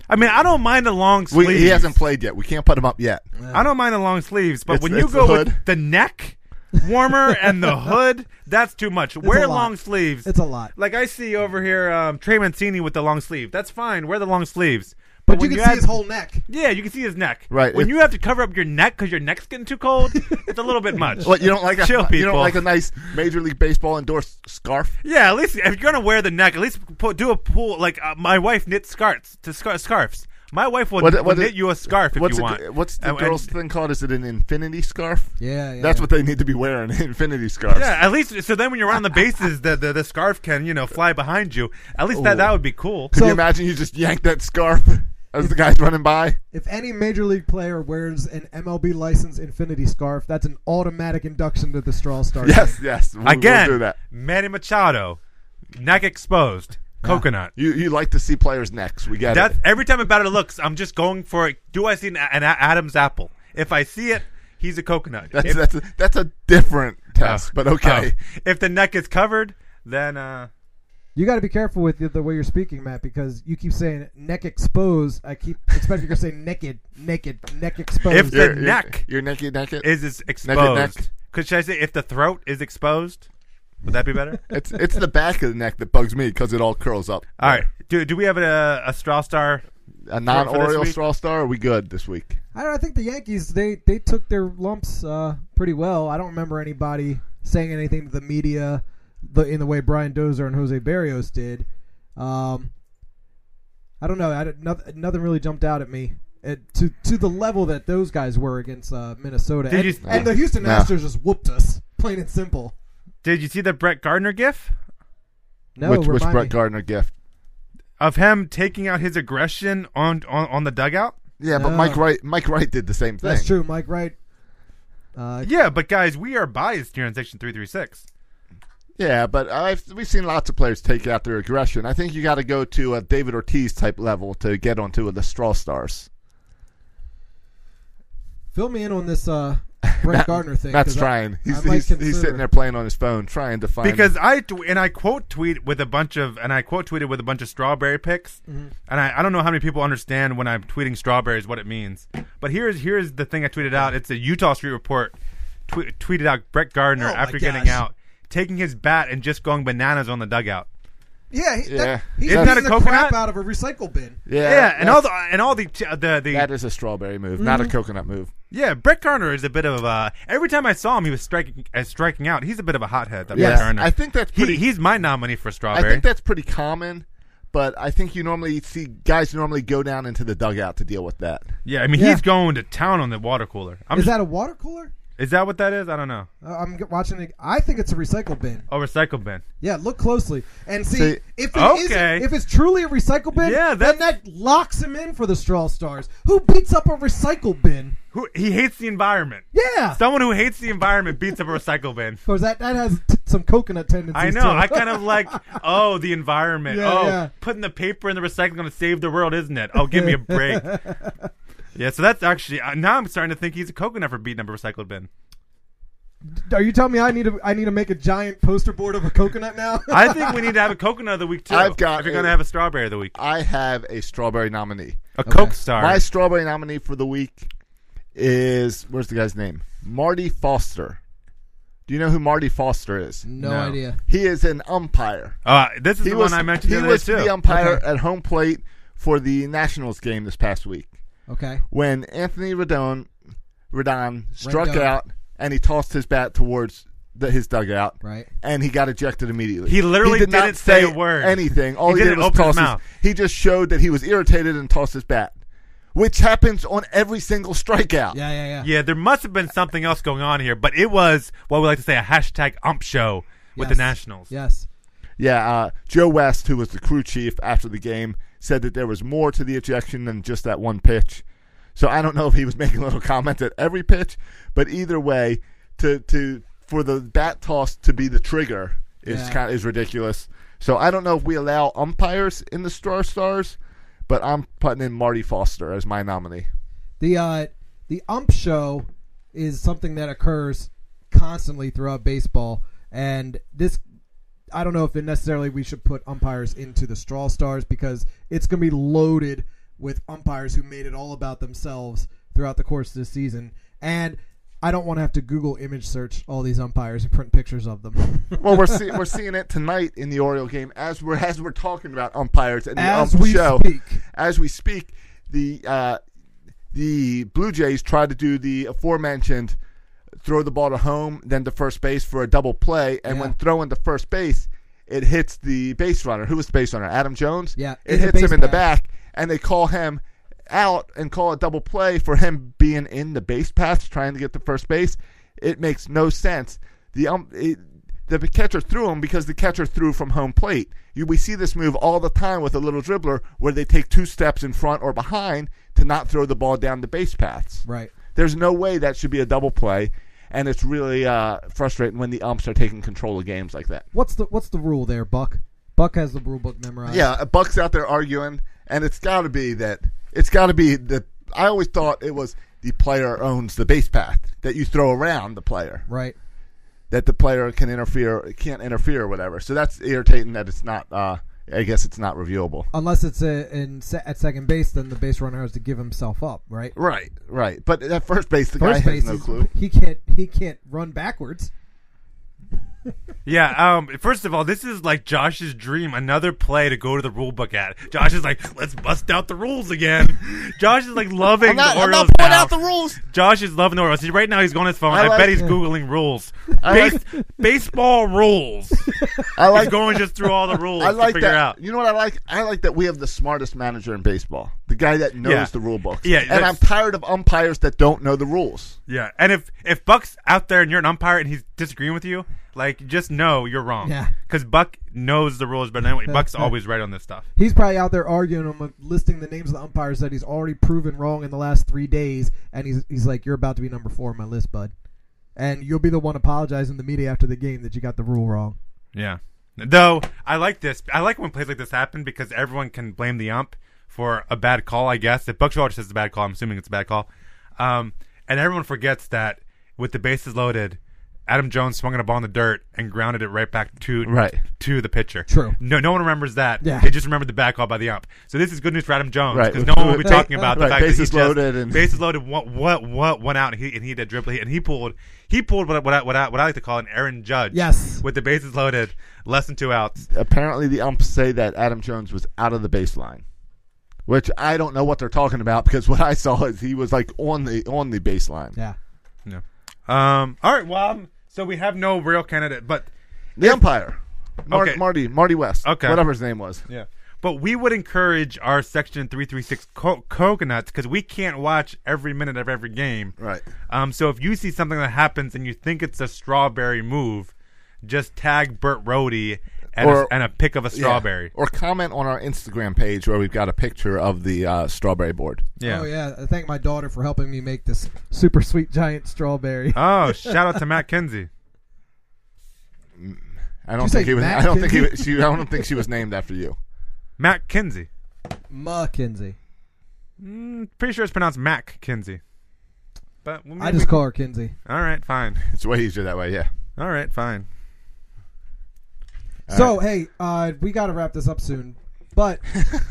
[SPEAKER 3] I mean, I don't mind the long
[SPEAKER 1] We,
[SPEAKER 3] sleeves.
[SPEAKER 1] he hasn't played yet. We can't put him up yet.
[SPEAKER 3] I don't mind the long sleeves, but
[SPEAKER 1] It's-
[SPEAKER 3] when you
[SPEAKER 1] it's the
[SPEAKER 3] go with
[SPEAKER 1] hood.
[SPEAKER 3] the neck warmer and the hood, that's too much. Wear
[SPEAKER 4] a lot.
[SPEAKER 3] long sleeves.
[SPEAKER 4] It's a lot.
[SPEAKER 3] Like I see over here, um, Trey Mancini with the long sleeve. That's fine. Wear the long sleeves.
[SPEAKER 4] But
[SPEAKER 3] when
[SPEAKER 4] you can see
[SPEAKER 3] have-
[SPEAKER 4] his whole neck.
[SPEAKER 3] Yeah, you can see his neck.
[SPEAKER 1] Right,
[SPEAKER 3] When
[SPEAKER 1] it-
[SPEAKER 3] you have to cover up your neck because your neck's getting too cold, it's
[SPEAKER 1] <laughs>
[SPEAKER 3] a little bit much.
[SPEAKER 1] What you don't like? A,
[SPEAKER 3] Chill,
[SPEAKER 1] You
[SPEAKER 3] people.
[SPEAKER 1] don't like a nice Major League Baseball endorsed scarf?
[SPEAKER 3] Yeah, at least if you're gonna wear the neck, at least put, do a pull. Like uh, my wife knits scarves to scar- scarves. My wife will,
[SPEAKER 1] What-
[SPEAKER 3] will
[SPEAKER 1] what
[SPEAKER 3] knit
[SPEAKER 1] is-
[SPEAKER 3] you a scarf if
[SPEAKER 1] what's
[SPEAKER 3] you
[SPEAKER 1] the-
[SPEAKER 3] want.
[SPEAKER 1] what's the
[SPEAKER 3] And- and-
[SPEAKER 1] girls' thing called? Is it an infinity scarf?
[SPEAKER 4] Yeah, yeah.
[SPEAKER 1] That's what they need to be wearing. <laughs> Infinity scarves.
[SPEAKER 3] <laughs> Yeah, at least so then when you're on the bases, the, the the scarf can you know fly behind you. At least that
[SPEAKER 1] Oh.
[SPEAKER 3] that would be cool.
[SPEAKER 1] Can
[SPEAKER 4] So-
[SPEAKER 1] you imagine you just yank that scarf as the guy's running
[SPEAKER 3] <laughs>
[SPEAKER 1] by?
[SPEAKER 4] If any major league player wears an MLB licensed infinity scarf, that's an automatic induction to the Straw Star.
[SPEAKER 1] Yes, yes. We'll,
[SPEAKER 3] Again,
[SPEAKER 1] we'll do that.
[SPEAKER 3] Manny Machado, neck exposed, coconut.
[SPEAKER 1] You you like to see players' necks. We get
[SPEAKER 3] That's
[SPEAKER 1] it.
[SPEAKER 3] every time a batter looks. I'm just going for it. Do I see an, an Adam's apple? If I see it, he's a coconut.
[SPEAKER 1] That's
[SPEAKER 3] If-
[SPEAKER 1] that's a, that's a different test,
[SPEAKER 3] Oh.
[SPEAKER 1] but okay.
[SPEAKER 3] Oh. If the neck is covered, then uh,
[SPEAKER 4] You got to be careful with the, the way you're speaking, Matt, because you keep saying neck exposed. I keep expecting you're going to say naked, naked, neck exposed.
[SPEAKER 3] If the-
[SPEAKER 1] Your- your-
[SPEAKER 3] neck.
[SPEAKER 1] your necky naked.
[SPEAKER 3] is is
[SPEAKER 1] neck.
[SPEAKER 3] exposed. Could should I say if the throat is exposed? Would that
[SPEAKER 1] <laughs>
[SPEAKER 3] be better?
[SPEAKER 1] It's it's the back of the neck that bugs me because it all curls up.
[SPEAKER 3] All right. Do do we have a, a straw star?
[SPEAKER 1] A non Oriole
[SPEAKER 3] week?
[SPEAKER 1] straw star. Are we good this week?
[SPEAKER 4] I, don't, I think the Yankees they they took their lumps uh, pretty well. I don't remember anybody saying anything to the media the, in the way Brian Dozer and Jose Barrios did. Um, I don't know. I didn't- noth- nothing really jumped out at me. At, to to the level that those guys were against uh, Minnesota,
[SPEAKER 3] Did
[SPEAKER 4] and,
[SPEAKER 3] you-
[SPEAKER 4] and the Houston
[SPEAKER 1] Nah.
[SPEAKER 4] Masters just whooped us, plain and simple.
[SPEAKER 3] Did you see the Brett Gardner gif
[SPEAKER 4] No,
[SPEAKER 1] which which
[SPEAKER 4] remind
[SPEAKER 1] Brett
[SPEAKER 4] me.
[SPEAKER 1] Gardner gift?
[SPEAKER 3] of him taking out his aggression on on, on the dugout?
[SPEAKER 1] Yeah, but
[SPEAKER 4] No.
[SPEAKER 1] Mike Wright Mike Wright did the same thing.
[SPEAKER 4] That's true, Mike Wright. Uh,
[SPEAKER 3] Yeah, but guys, we are biased here in section three three six.
[SPEAKER 1] Yeah, but I've, we've seen lots of players take out their aggression. I think you got to go to a David Ortiz type level to get onto the straw stars.
[SPEAKER 4] fill me in on this uh, Brett Gardner thing.
[SPEAKER 1] Matt's
[SPEAKER 4] 'cause I-
[SPEAKER 1] trying.
[SPEAKER 4] I
[SPEAKER 1] He's,
[SPEAKER 4] might
[SPEAKER 1] he's, he's
[SPEAKER 4] consider-
[SPEAKER 1] sitting there playing on his phone, trying to find
[SPEAKER 3] Because I tw- and I quote tweet with a bunch of and I quote tweeted with a bunch of strawberry pics,
[SPEAKER 1] Mm-hmm.
[SPEAKER 3] and I, I don't know how many people understand when I'm tweeting strawberries what it means. But here's here's the thing I tweeted out. It's a Utah Street Report twe- tweeted out Brett Gardner
[SPEAKER 4] Oh my
[SPEAKER 3] after getting
[SPEAKER 4] gosh.
[SPEAKER 3] out, taking his bat and just going bananas on the dugout.
[SPEAKER 4] Yeah, he,
[SPEAKER 1] Yeah.
[SPEAKER 4] That, he's
[SPEAKER 1] Isn't
[SPEAKER 4] eating
[SPEAKER 1] that
[SPEAKER 3] a
[SPEAKER 4] the crap
[SPEAKER 3] coconut?
[SPEAKER 4] out of a recycle bin.
[SPEAKER 1] Yeah,
[SPEAKER 3] yeah, and all the
[SPEAKER 1] that's-
[SPEAKER 3] and all the t- uh, the the
[SPEAKER 1] that is a strawberry move, not a coconut move.
[SPEAKER 3] Yeah, Brett Garner is a bit of a. Every time I saw him, he was striking uh, striking out. He's a bit of a hothead. That
[SPEAKER 1] Yes,
[SPEAKER 3] Brett Garner.
[SPEAKER 1] I think that's
[SPEAKER 3] he,
[SPEAKER 1] pretty-
[SPEAKER 3] he's my nominee for
[SPEAKER 1] I
[SPEAKER 3] strawberry.
[SPEAKER 1] think that's pretty common, but I think you normally see guys normally go down into the dugout to deal with that.
[SPEAKER 3] yeah, I mean
[SPEAKER 4] Yeah.
[SPEAKER 3] he's going to town on the water cooler. I'm
[SPEAKER 4] Is
[SPEAKER 3] just-
[SPEAKER 4] that a water cooler?
[SPEAKER 3] is that what that is? I don't know.
[SPEAKER 4] Uh, I'm g- watching. It. I think it's a recycle bin.
[SPEAKER 3] Oh, recycle bin.
[SPEAKER 4] Yeah, look closely and see,
[SPEAKER 1] See-
[SPEAKER 4] if it
[SPEAKER 3] Okay.
[SPEAKER 4] isn't- if it's truly a recycle bin.
[SPEAKER 3] Yeah,
[SPEAKER 4] then that locks him in for the straw stars. Who beats up a recycle bin?
[SPEAKER 3] Who he hates the environment.
[SPEAKER 4] Yeah,
[SPEAKER 3] Someone who hates the environment beats up a recycle
[SPEAKER 4] <laughs>
[SPEAKER 3] bin.
[SPEAKER 4] or that that has t- some coconut tendencies.
[SPEAKER 3] I know.
[SPEAKER 4] too.
[SPEAKER 3] I kind of
[SPEAKER 4] <laughs>
[SPEAKER 3] like, oh, the environment.
[SPEAKER 4] Yeah,
[SPEAKER 3] oh,
[SPEAKER 4] yeah.
[SPEAKER 3] putting the paper in the recycling going to save the world, isn't it? Oh, give me a
[SPEAKER 4] <laughs>
[SPEAKER 3] break. yeah, so that's actually uh, now I'm starting to think he's a coconut for beating up a recycle bin.
[SPEAKER 4] <laughs> Are you telling me I need to I need to make a giant poster board of a coconut <laughs> now?
[SPEAKER 3] I think we need to have a coconut of the week
[SPEAKER 1] <laughs>
[SPEAKER 3] too.
[SPEAKER 1] I've got
[SPEAKER 3] If you're
[SPEAKER 1] a-
[SPEAKER 3] gonna have a strawberry of the week,
[SPEAKER 1] I have a strawberry nominee.
[SPEAKER 3] a Coke star.
[SPEAKER 1] My strawberry nominee for the week is where's the guy's name? Marty Foster. Do you know who Marty Foster is?
[SPEAKER 4] no,
[SPEAKER 3] No.
[SPEAKER 4] idea.
[SPEAKER 1] He is an umpire.
[SPEAKER 3] uh, this is the one I mentioned
[SPEAKER 1] he
[SPEAKER 3] the other
[SPEAKER 1] was
[SPEAKER 3] day too.
[SPEAKER 1] the umpire at home plate for the Nationals game this past week
[SPEAKER 4] Okay.
[SPEAKER 1] when Anthony Rodon Rodon struck
[SPEAKER 4] Rendon.
[SPEAKER 1] out and he tossed his bat towards the, his dugout.
[SPEAKER 4] Right.
[SPEAKER 1] And he got ejected immediately.
[SPEAKER 3] He literally
[SPEAKER 1] did not
[SPEAKER 3] didn't say a word.
[SPEAKER 1] Anything. All
[SPEAKER 3] He
[SPEAKER 1] he, did
[SPEAKER 3] didn't
[SPEAKER 1] was
[SPEAKER 3] open his
[SPEAKER 1] toss his,
[SPEAKER 3] mouth.
[SPEAKER 1] He just showed that he was irritated and tossed his bat, which happens on every single strikeout.
[SPEAKER 4] Yeah, yeah, yeah.
[SPEAKER 3] yeah, there must have been something else going on here, but it was what we like to say a hashtag ump show with the
[SPEAKER 4] Yes.
[SPEAKER 3] Nationals.
[SPEAKER 4] Yes.
[SPEAKER 1] Yeah, uh, Joe West, who was the crew chief after the game, said that there was more to the ejection than just that one pitch. So I don't know if he was <laughs> making little comments at every pitch, but either way, to to for the bat toss to be the trigger is
[SPEAKER 4] Yeah.
[SPEAKER 1] kind of, is ridiculous. So I don't know if we allow umpires in the Star Stars, but I'm putting in Marty Foster as my nominee.
[SPEAKER 4] The uh, the ump show is something that occurs constantly throughout baseball, and this I don't know if it necessarily we should put umpires into the straw stars because it's going to be loaded with umpires who made it all about themselves throughout the course of this season, and I don't want to have to Google image search all these umpires and print pictures of them.
[SPEAKER 1] Well, we're see- we're seeing it tonight in the Oriole game as we're as we're talking about umpires and the
[SPEAKER 4] As
[SPEAKER 1] ump
[SPEAKER 4] we
[SPEAKER 1] show.
[SPEAKER 4] speak.
[SPEAKER 1] As we speak, the uh, the Blue Jays try to do the aforementioned throw the ball to home, then to first base for a double play, and
[SPEAKER 4] Yeah.
[SPEAKER 1] when throwing to first base, it hits the base runner. Who was the base runner? Adam Jones.
[SPEAKER 4] Yeah,
[SPEAKER 1] it
[SPEAKER 4] in the
[SPEAKER 1] hits him
[SPEAKER 4] base
[SPEAKER 1] in the
[SPEAKER 4] path.
[SPEAKER 1] back, and they call him out and call a double play for him being in the base path trying to get to first base. It makes no sense. The um, it, the catcher threw him because the catcher threw from home plate. You, we see this move all the time with a little dribbler where they take two steps in front or behind to not throw the ball down the base paths.
[SPEAKER 4] right.
[SPEAKER 1] There's no way that should be a double play, and it's really uh, frustrating when the umps are taking control of games like that.
[SPEAKER 4] What's the what's the rule there, Buck? Buck has the rule book memorized.
[SPEAKER 1] Yeah, uh, Buck's out there arguing, and it's got to be that it's got to be the. I always thought it was the player owns the base path that you throw around the player,
[SPEAKER 4] Right.
[SPEAKER 1] that the player can interfere, can't interfere, or whatever. So that's irritating that it's not. Uh, I guess it's not reviewable.
[SPEAKER 4] Unless it's a, in se- at second base, then the base runner has to give himself up. Right.
[SPEAKER 1] Right, right. But at first base, the guy
[SPEAKER 4] First
[SPEAKER 1] has
[SPEAKER 4] base,
[SPEAKER 1] no
[SPEAKER 4] he's-
[SPEAKER 1] clue.
[SPEAKER 4] he can't he can't run backwards.
[SPEAKER 3] Yeah. Um. First of all, this is like Josh's dream. Another play to go to the rule book at. Josh is like, let's bust out the rules again. <laughs> Josh is like loving
[SPEAKER 1] I'm not,
[SPEAKER 3] the
[SPEAKER 1] I'm
[SPEAKER 3] Orioles
[SPEAKER 1] not pulling
[SPEAKER 3] now.
[SPEAKER 1] out the
[SPEAKER 3] <laughs>
[SPEAKER 1] rules.
[SPEAKER 3] Josh is loving the Orioles. He- Right now, he's going on his phone.
[SPEAKER 1] I
[SPEAKER 3] I,
[SPEAKER 1] like-
[SPEAKER 3] bet he's googling rules. Base, baseball rules.
[SPEAKER 1] <laughs> I
[SPEAKER 3] he's
[SPEAKER 1] like
[SPEAKER 3] going just through all the rules
[SPEAKER 1] I like
[SPEAKER 3] to figure
[SPEAKER 1] that.
[SPEAKER 3] out.
[SPEAKER 1] You know what I like? I like that we have the smartest manager in baseball, the guy that knows
[SPEAKER 3] Yeah.
[SPEAKER 1] the rule books.
[SPEAKER 3] Yeah,
[SPEAKER 1] and
[SPEAKER 3] that's-
[SPEAKER 1] I'm tired of umpires that don't know the rules.
[SPEAKER 3] Yeah, and if if Buck's out there and you're an umpire and he's disagreeing with you, like just know you're wrong.
[SPEAKER 4] Yeah.
[SPEAKER 3] because Buck knows the rules better than anyone. Buck's always right on this stuff.
[SPEAKER 4] He's probably out there arguing him, uh, listing the names of the umpires that he's already proven wrong in the last three days, and he's he's like, "You're about to be number four on my list, bud." And you'll be the one apologizing to the media after the game that you got the rule wrong.
[SPEAKER 3] Yeah. Though I like this, I like when plays like this happen because everyone can blame the ump for a bad call. I guess if Buck Showalter says it's a bad call, I'm assuming it's a bad call, um, and everyone forgets that with the bases loaded, Adam Jones swung at a ball in the dirt and grounded it right back to
[SPEAKER 1] Right.
[SPEAKER 3] to the pitcher.
[SPEAKER 4] True.
[SPEAKER 3] No, no one remembers that.
[SPEAKER 4] Yeah.
[SPEAKER 3] They just remembered the bad call by the ump. So this is good news for Adam Jones
[SPEAKER 1] Right.
[SPEAKER 3] because no one will be talking about
[SPEAKER 1] <laughs>
[SPEAKER 3] the
[SPEAKER 1] Right.
[SPEAKER 3] fact that he
[SPEAKER 1] Bases
[SPEAKER 3] just,
[SPEAKER 1] loaded and-
[SPEAKER 3] bases loaded. What what what went out? And he and he did dribble and he pulled he pulled what I- what I, what I, what I like to call an Aaron Judge.
[SPEAKER 4] Yes.
[SPEAKER 3] With the bases loaded, less than two outs.
[SPEAKER 1] Apparently, the umps say that Adam Jones was out of the baseline, which I don't know what they're talking about because what I saw is he was like on the on the baseline.
[SPEAKER 4] Yeah,
[SPEAKER 3] No. Um. All right. Well, um, so we have no real candidate, but
[SPEAKER 1] The umpire, Mar-
[SPEAKER 3] Okay.
[SPEAKER 1] Marty Marty West,
[SPEAKER 3] Okay.
[SPEAKER 1] whatever his name was.
[SPEAKER 3] yeah. But we would encourage our section three three six co- coconuts because we can't watch every minute of every game.
[SPEAKER 1] Right.
[SPEAKER 3] Um. So if you see something that happens and you think it's a strawberry move, just tag Burt Rohde and,
[SPEAKER 1] Or-
[SPEAKER 3] a, and a pick of a
[SPEAKER 1] Yeah.
[SPEAKER 3] strawberry.
[SPEAKER 1] Or comment on our Instagram page where we've got a picture of the uh, strawberry board.
[SPEAKER 4] Oh yeah, I thank my daughter for helping me make this super sweet giant strawberry.
[SPEAKER 3] Oh, shout out to Matt Kenzie.
[SPEAKER 1] I don't
[SPEAKER 4] you
[SPEAKER 1] think
[SPEAKER 4] say
[SPEAKER 1] he was.
[SPEAKER 4] Matt
[SPEAKER 1] I don't think he
[SPEAKER 4] Kennedy?
[SPEAKER 1] was, she, I don't think she was named after you.
[SPEAKER 3] Matt Kinsey.
[SPEAKER 4] <laughs> Ma Kinsey,
[SPEAKER 3] Mm, pretty sure it's pronounced Mac Kinsey. But
[SPEAKER 4] I just call her Kinsey.
[SPEAKER 3] All right, fine.
[SPEAKER 1] It's way easier that way. Yeah.
[SPEAKER 3] All right, fine.
[SPEAKER 4] so hey, uh, we got to wrap this up soon, but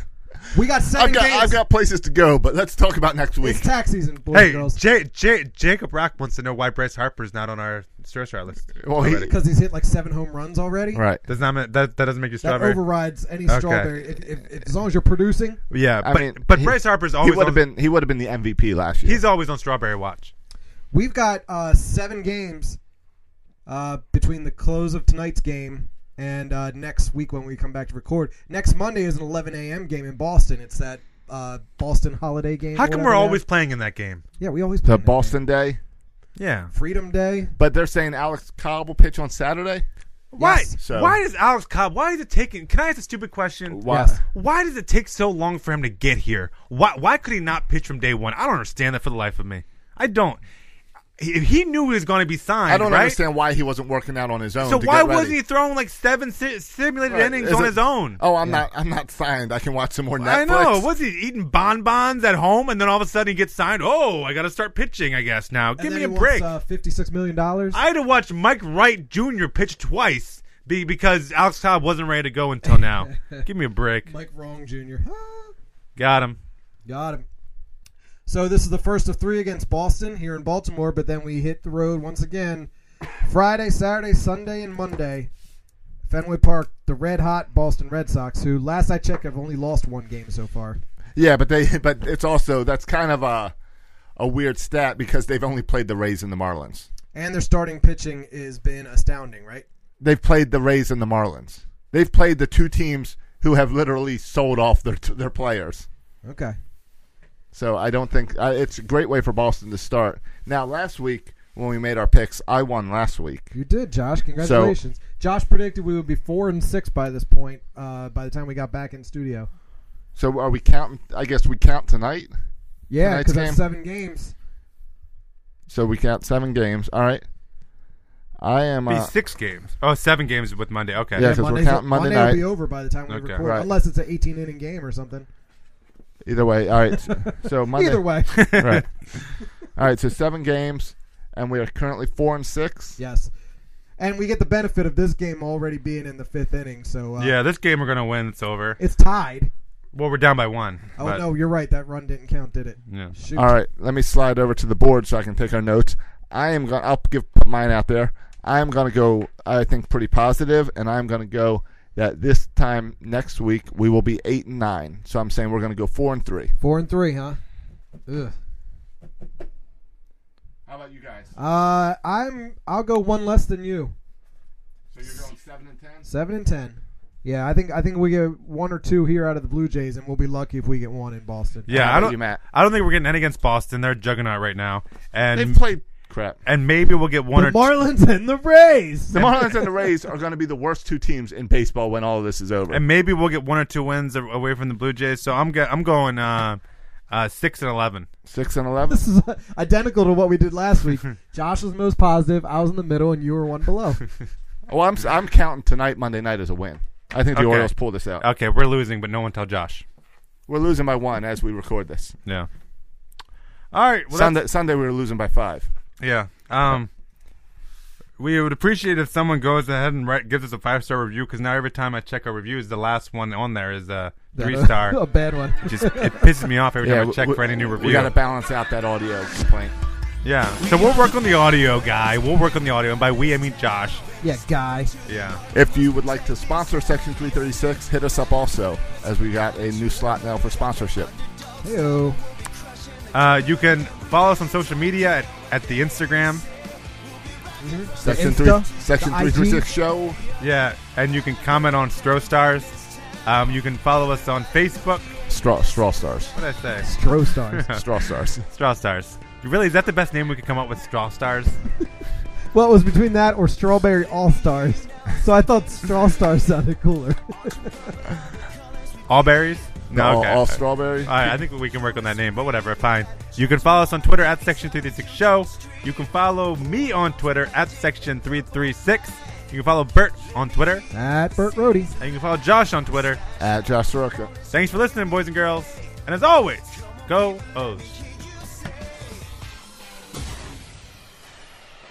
[SPEAKER 1] <laughs>
[SPEAKER 4] we got 7
[SPEAKER 1] I've got
[SPEAKER 4] games.
[SPEAKER 1] I've got places to go, but let's talk about next week.
[SPEAKER 4] it's tax season, boys and
[SPEAKER 3] Hey,
[SPEAKER 4] girls,
[SPEAKER 3] J- J- Jacob Rock wants to know why Bryce Harper's not on our stir star list.
[SPEAKER 1] Well, he-
[SPEAKER 4] because he's hit like seven home runs already.
[SPEAKER 1] right.
[SPEAKER 3] Does not ma- that that doesn't make you
[SPEAKER 4] That
[SPEAKER 3] strawberry?
[SPEAKER 4] overrides any
[SPEAKER 3] Okay.
[SPEAKER 4] strawberry if, if, if, as long as you're producing.
[SPEAKER 3] yeah,
[SPEAKER 1] I
[SPEAKER 3] but
[SPEAKER 1] mean,
[SPEAKER 3] but
[SPEAKER 1] he-
[SPEAKER 3] Bryce Harper's
[SPEAKER 1] He
[SPEAKER 3] always
[SPEAKER 1] would have
[SPEAKER 3] on-
[SPEAKER 1] been he would have been the MVP last year.
[SPEAKER 3] He's always on strawberry watch.
[SPEAKER 4] We've got uh, seven games uh, between the close of tonight's game and uh, next week when we come back to record. Next Monday is an 11 a.m. game in Boston. It's that uh, Boston holiday game.
[SPEAKER 3] How come
[SPEAKER 4] whatever
[SPEAKER 3] we're
[SPEAKER 4] that-
[SPEAKER 3] always playing in that game?
[SPEAKER 4] yeah we always play
[SPEAKER 1] the
[SPEAKER 4] in that game.
[SPEAKER 1] Boston Day,
[SPEAKER 3] Yeah.
[SPEAKER 4] Freedom Day.
[SPEAKER 1] but they're saying Alex Cobb will pitch on Saturday.
[SPEAKER 3] Why?
[SPEAKER 1] So-
[SPEAKER 3] Why does Alex Cobb? Why is it taking? Can I ask a stupid question?
[SPEAKER 1] Why?
[SPEAKER 4] Yes.
[SPEAKER 3] Why does it take so long for him to get here? Why? Why could he not pitch from day one? I don't understand that for the life of me. I don't. he, he knew he was going to be signed.
[SPEAKER 1] I don't
[SPEAKER 3] right?
[SPEAKER 1] understand why he wasn't working out on his own.
[SPEAKER 3] So
[SPEAKER 1] to
[SPEAKER 3] why
[SPEAKER 1] get ready.
[SPEAKER 3] wasn't he throwing like seven si- simulated
[SPEAKER 1] Right.
[SPEAKER 3] innings
[SPEAKER 1] Is
[SPEAKER 3] on
[SPEAKER 1] it-
[SPEAKER 3] his own?
[SPEAKER 1] Oh, I'm not. I'm not signed. I can watch some more Netflix.
[SPEAKER 3] I know. Was he eating bonbons at home, and then all of a sudden he gets signed? Oh, I got to start pitching, I guess now. Give
[SPEAKER 4] And then
[SPEAKER 3] me
[SPEAKER 4] he
[SPEAKER 3] a
[SPEAKER 4] wants,
[SPEAKER 3] break.
[SPEAKER 4] uh, Fifty-six million dollars.
[SPEAKER 3] I had to watch Mike Wright Jr. pitch twice be, because Alex Cobb wasn't ready to go until
[SPEAKER 4] <laughs>
[SPEAKER 3] now. Give me a break.
[SPEAKER 4] Mike Wrong Jr. Ah,
[SPEAKER 3] Got him.
[SPEAKER 4] Got him. So this is the first of three against Boston here in Baltimore, but then we hit the road once again. Friday, Saturday, Sunday, and Monday. Fenway Park, the red hot Boston Red Sox, who last I checked have only lost one game so far.
[SPEAKER 1] Yeah, but they. But it's also that's kind of a a weird stat because they've only played the Rays and the Marlins.
[SPEAKER 4] And their starting pitching has been astounding, right?
[SPEAKER 1] They've played the Rays and the Marlins. They've played the two teams who have literally sold off their their players.
[SPEAKER 4] Okay.
[SPEAKER 1] So I don't think uh, it's a great way for Boston to start. Now, last week when we made our picks, I won last week.
[SPEAKER 4] You did, Josh. Congratulations. Josh predicted we would be four and six by this point, uh, by the time we got back in studio.
[SPEAKER 1] So are we counting? I guess we count tonight.
[SPEAKER 4] Yeah,
[SPEAKER 1] Tonight's
[SPEAKER 4] because
[SPEAKER 1] game.
[SPEAKER 4] that's seven games.
[SPEAKER 1] So we count seven games. All right. I am.
[SPEAKER 3] Be
[SPEAKER 1] Uh,
[SPEAKER 3] six games. Oh, seven games with Monday. Okay.
[SPEAKER 1] Yeah. 'cause we're
[SPEAKER 4] Monday's-
[SPEAKER 1] counting Monday
[SPEAKER 4] will be
[SPEAKER 1] night.
[SPEAKER 4] over by the time we
[SPEAKER 3] Okay.
[SPEAKER 4] record,
[SPEAKER 1] Right.
[SPEAKER 4] unless it's an 18 inning game or something.
[SPEAKER 1] either way. All
[SPEAKER 4] <laughs>
[SPEAKER 1] right. So Monday.
[SPEAKER 4] Either way, <laughs>
[SPEAKER 1] right. All right, so seven games, and we are currently four and six.
[SPEAKER 4] yes. And we get the benefit of this game already being in the fifth inning, so uh,
[SPEAKER 3] Yeah, this game we're gonna win. It's over.
[SPEAKER 4] it's tied.
[SPEAKER 3] Well, we're down by one.
[SPEAKER 4] Oh
[SPEAKER 3] but-
[SPEAKER 4] no, you're right. That run didn't count, did it?
[SPEAKER 3] Yeah.
[SPEAKER 4] Shoot.
[SPEAKER 1] All right, let me slide over to the board so I can take our notes. I am going. to I'll give mine out there. I am going to go. I think pretty positive, and I'm going to go that this time next week we will be eight and nine. So I'm saying we're going to go four and three.
[SPEAKER 4] Four and three, huh? Ugh.
[SPEAKER 1] How about you guys?
[SPEAKER 4] Uh, I'm. I'll go one less than you.
[SPEAKER 1] So you're going seven and ten.
[SPEAKER 4] Seven and ten. Yeah, I think I think we get one or two here out of the Blue Jays, and we'll be lucky if we get one in Boston.
[SPEAKER 3] Yeah,
[SPEAKER 1] How
[SPEAKER 3] I
[SPEAKER 1] about
[SPEAKER 3] don't.
[SPEAKER 1] you, Matt?
[SPEAKER 3] I don't think we're getting any against Boston. They're a juggernaut right now,
[SPEAKER 1] They've
[SPEAKER 3] and
[SPEAKER 1] played crap.
[SPEAKER 3] and maybe we'll get one
[SPEAKER 4] the
[SPEAKER 3] or two-
[SPEAKER 4] Marlins and the Rays.
[SPEAKER 1] The Marlins
[SPEAKER 3] <laughs>
[SPEAKER 1] and the Rays are going to be the worst two teams in baseball when all of this is over.
[SPEAKER 3] and maybe we'll get one or two wins a- away from the Blue Jays. So I'm go- I'm going uh, uh, six and eleven.
[SPEAKER 1] Six and eleven.
[SPEAKER 4] <laughs> This is identical to what we did last
[SPEAKER 3] <laughs>
[SPEAKER 4] week. Josh was most positive. I was in the middle, and you were one below.
[SPEAKER 1] Well, I'm I'm counting tonight, Monday night, as a win. I think the
[SPEAKER 3] Okay.
[SPEAKER 1] Orioles pull this out.
[SPEAKER 3] Okay, we're losing, but no one tell Josh.
[SPEAKER 1] We're losing by one as we record this.
[SPEAKER 3] Yeah. All right. Well, that's-
[SPEAKER 1] Sunday, Sunday we were losing by five.
[SPEAKER 3] Yeah. Um, we would appreciate if someone goes ahead and write, gives us a five star review because now every time I check our reviews, the last one on there is a three
[SPEAKER 4] <laughs> a
[SPEAKER 3] star.
[SPEAKER 4] bad one.
[SPEAKER 3] Just it pisses me off every time I
[SPEAKER 1] we-
[SPEAKER 3] check
[SPEAKER 1] we-
[SPEAKER 3] for any new review.
[SPEAKER 1] We got to balance out that audio complaint.
[SPEAKER 3] yeah. So we'll work on the audio, guy. We'll work on the audio, and by we I mean Josh.
[SPEAKER 4] Yeah, guy.
[SPEAKER 3] Yeah.
[SPEAKER 1] If you would like to sponsor Section 336, hit us up also, as we got a new slot now for sponsorship.
[SPEAKER 4] Heyo.
[SPEAKER 3] Uh, you can follow us on social media at, at the Instagram.
[SPEAKER 1] Section
[SPEAKER 4] Insta,
[SPEAKER 1] three, Section
[SPEAKER 4] the IG.
[SPEAKER 1] 336 show.
[SPEAKER 3] Yeah, and you can comment on Stro Stars. Um, you can follow us on Facebook.
[SPEAKER 1] Straw, straw
[SPEAKER 3] <laughs>
[SPEAKER 1] stars.
[SPEAKER 3] What did I say?
[SPEAKER 4] Stro stars.
[SPEAKER 1] straw stars.
[SPEAKER 3] Straw Stars. Really, is that the best name we could come up with? Straw Stars.
[SPEAKER 4] well, it was between that or strawberry all stars. So I thought straw stars sounded cooler.
[SPEAKER 3] All berries?
[SPEAKER 1] No,
[SPEAKER 3] okay. Uh,
[SPEAKER 1] all, all strawberry.
[SPEAKER 3] All right, I think we can work on that name, but whatever, fine. You can follow us on Twitter at Section336Show. You can follow me on Twitter at Section336. You can follow Bert on Twitter.
[SPEAKER 4] At Burt Rohde.
[SPEAKER 3] And you can follow Josh on Twitter.
[SPEAKER 1] At Josh Soroka.
[SPEAKER 3] Thanks for listening, boys and girls. And as always, go O's.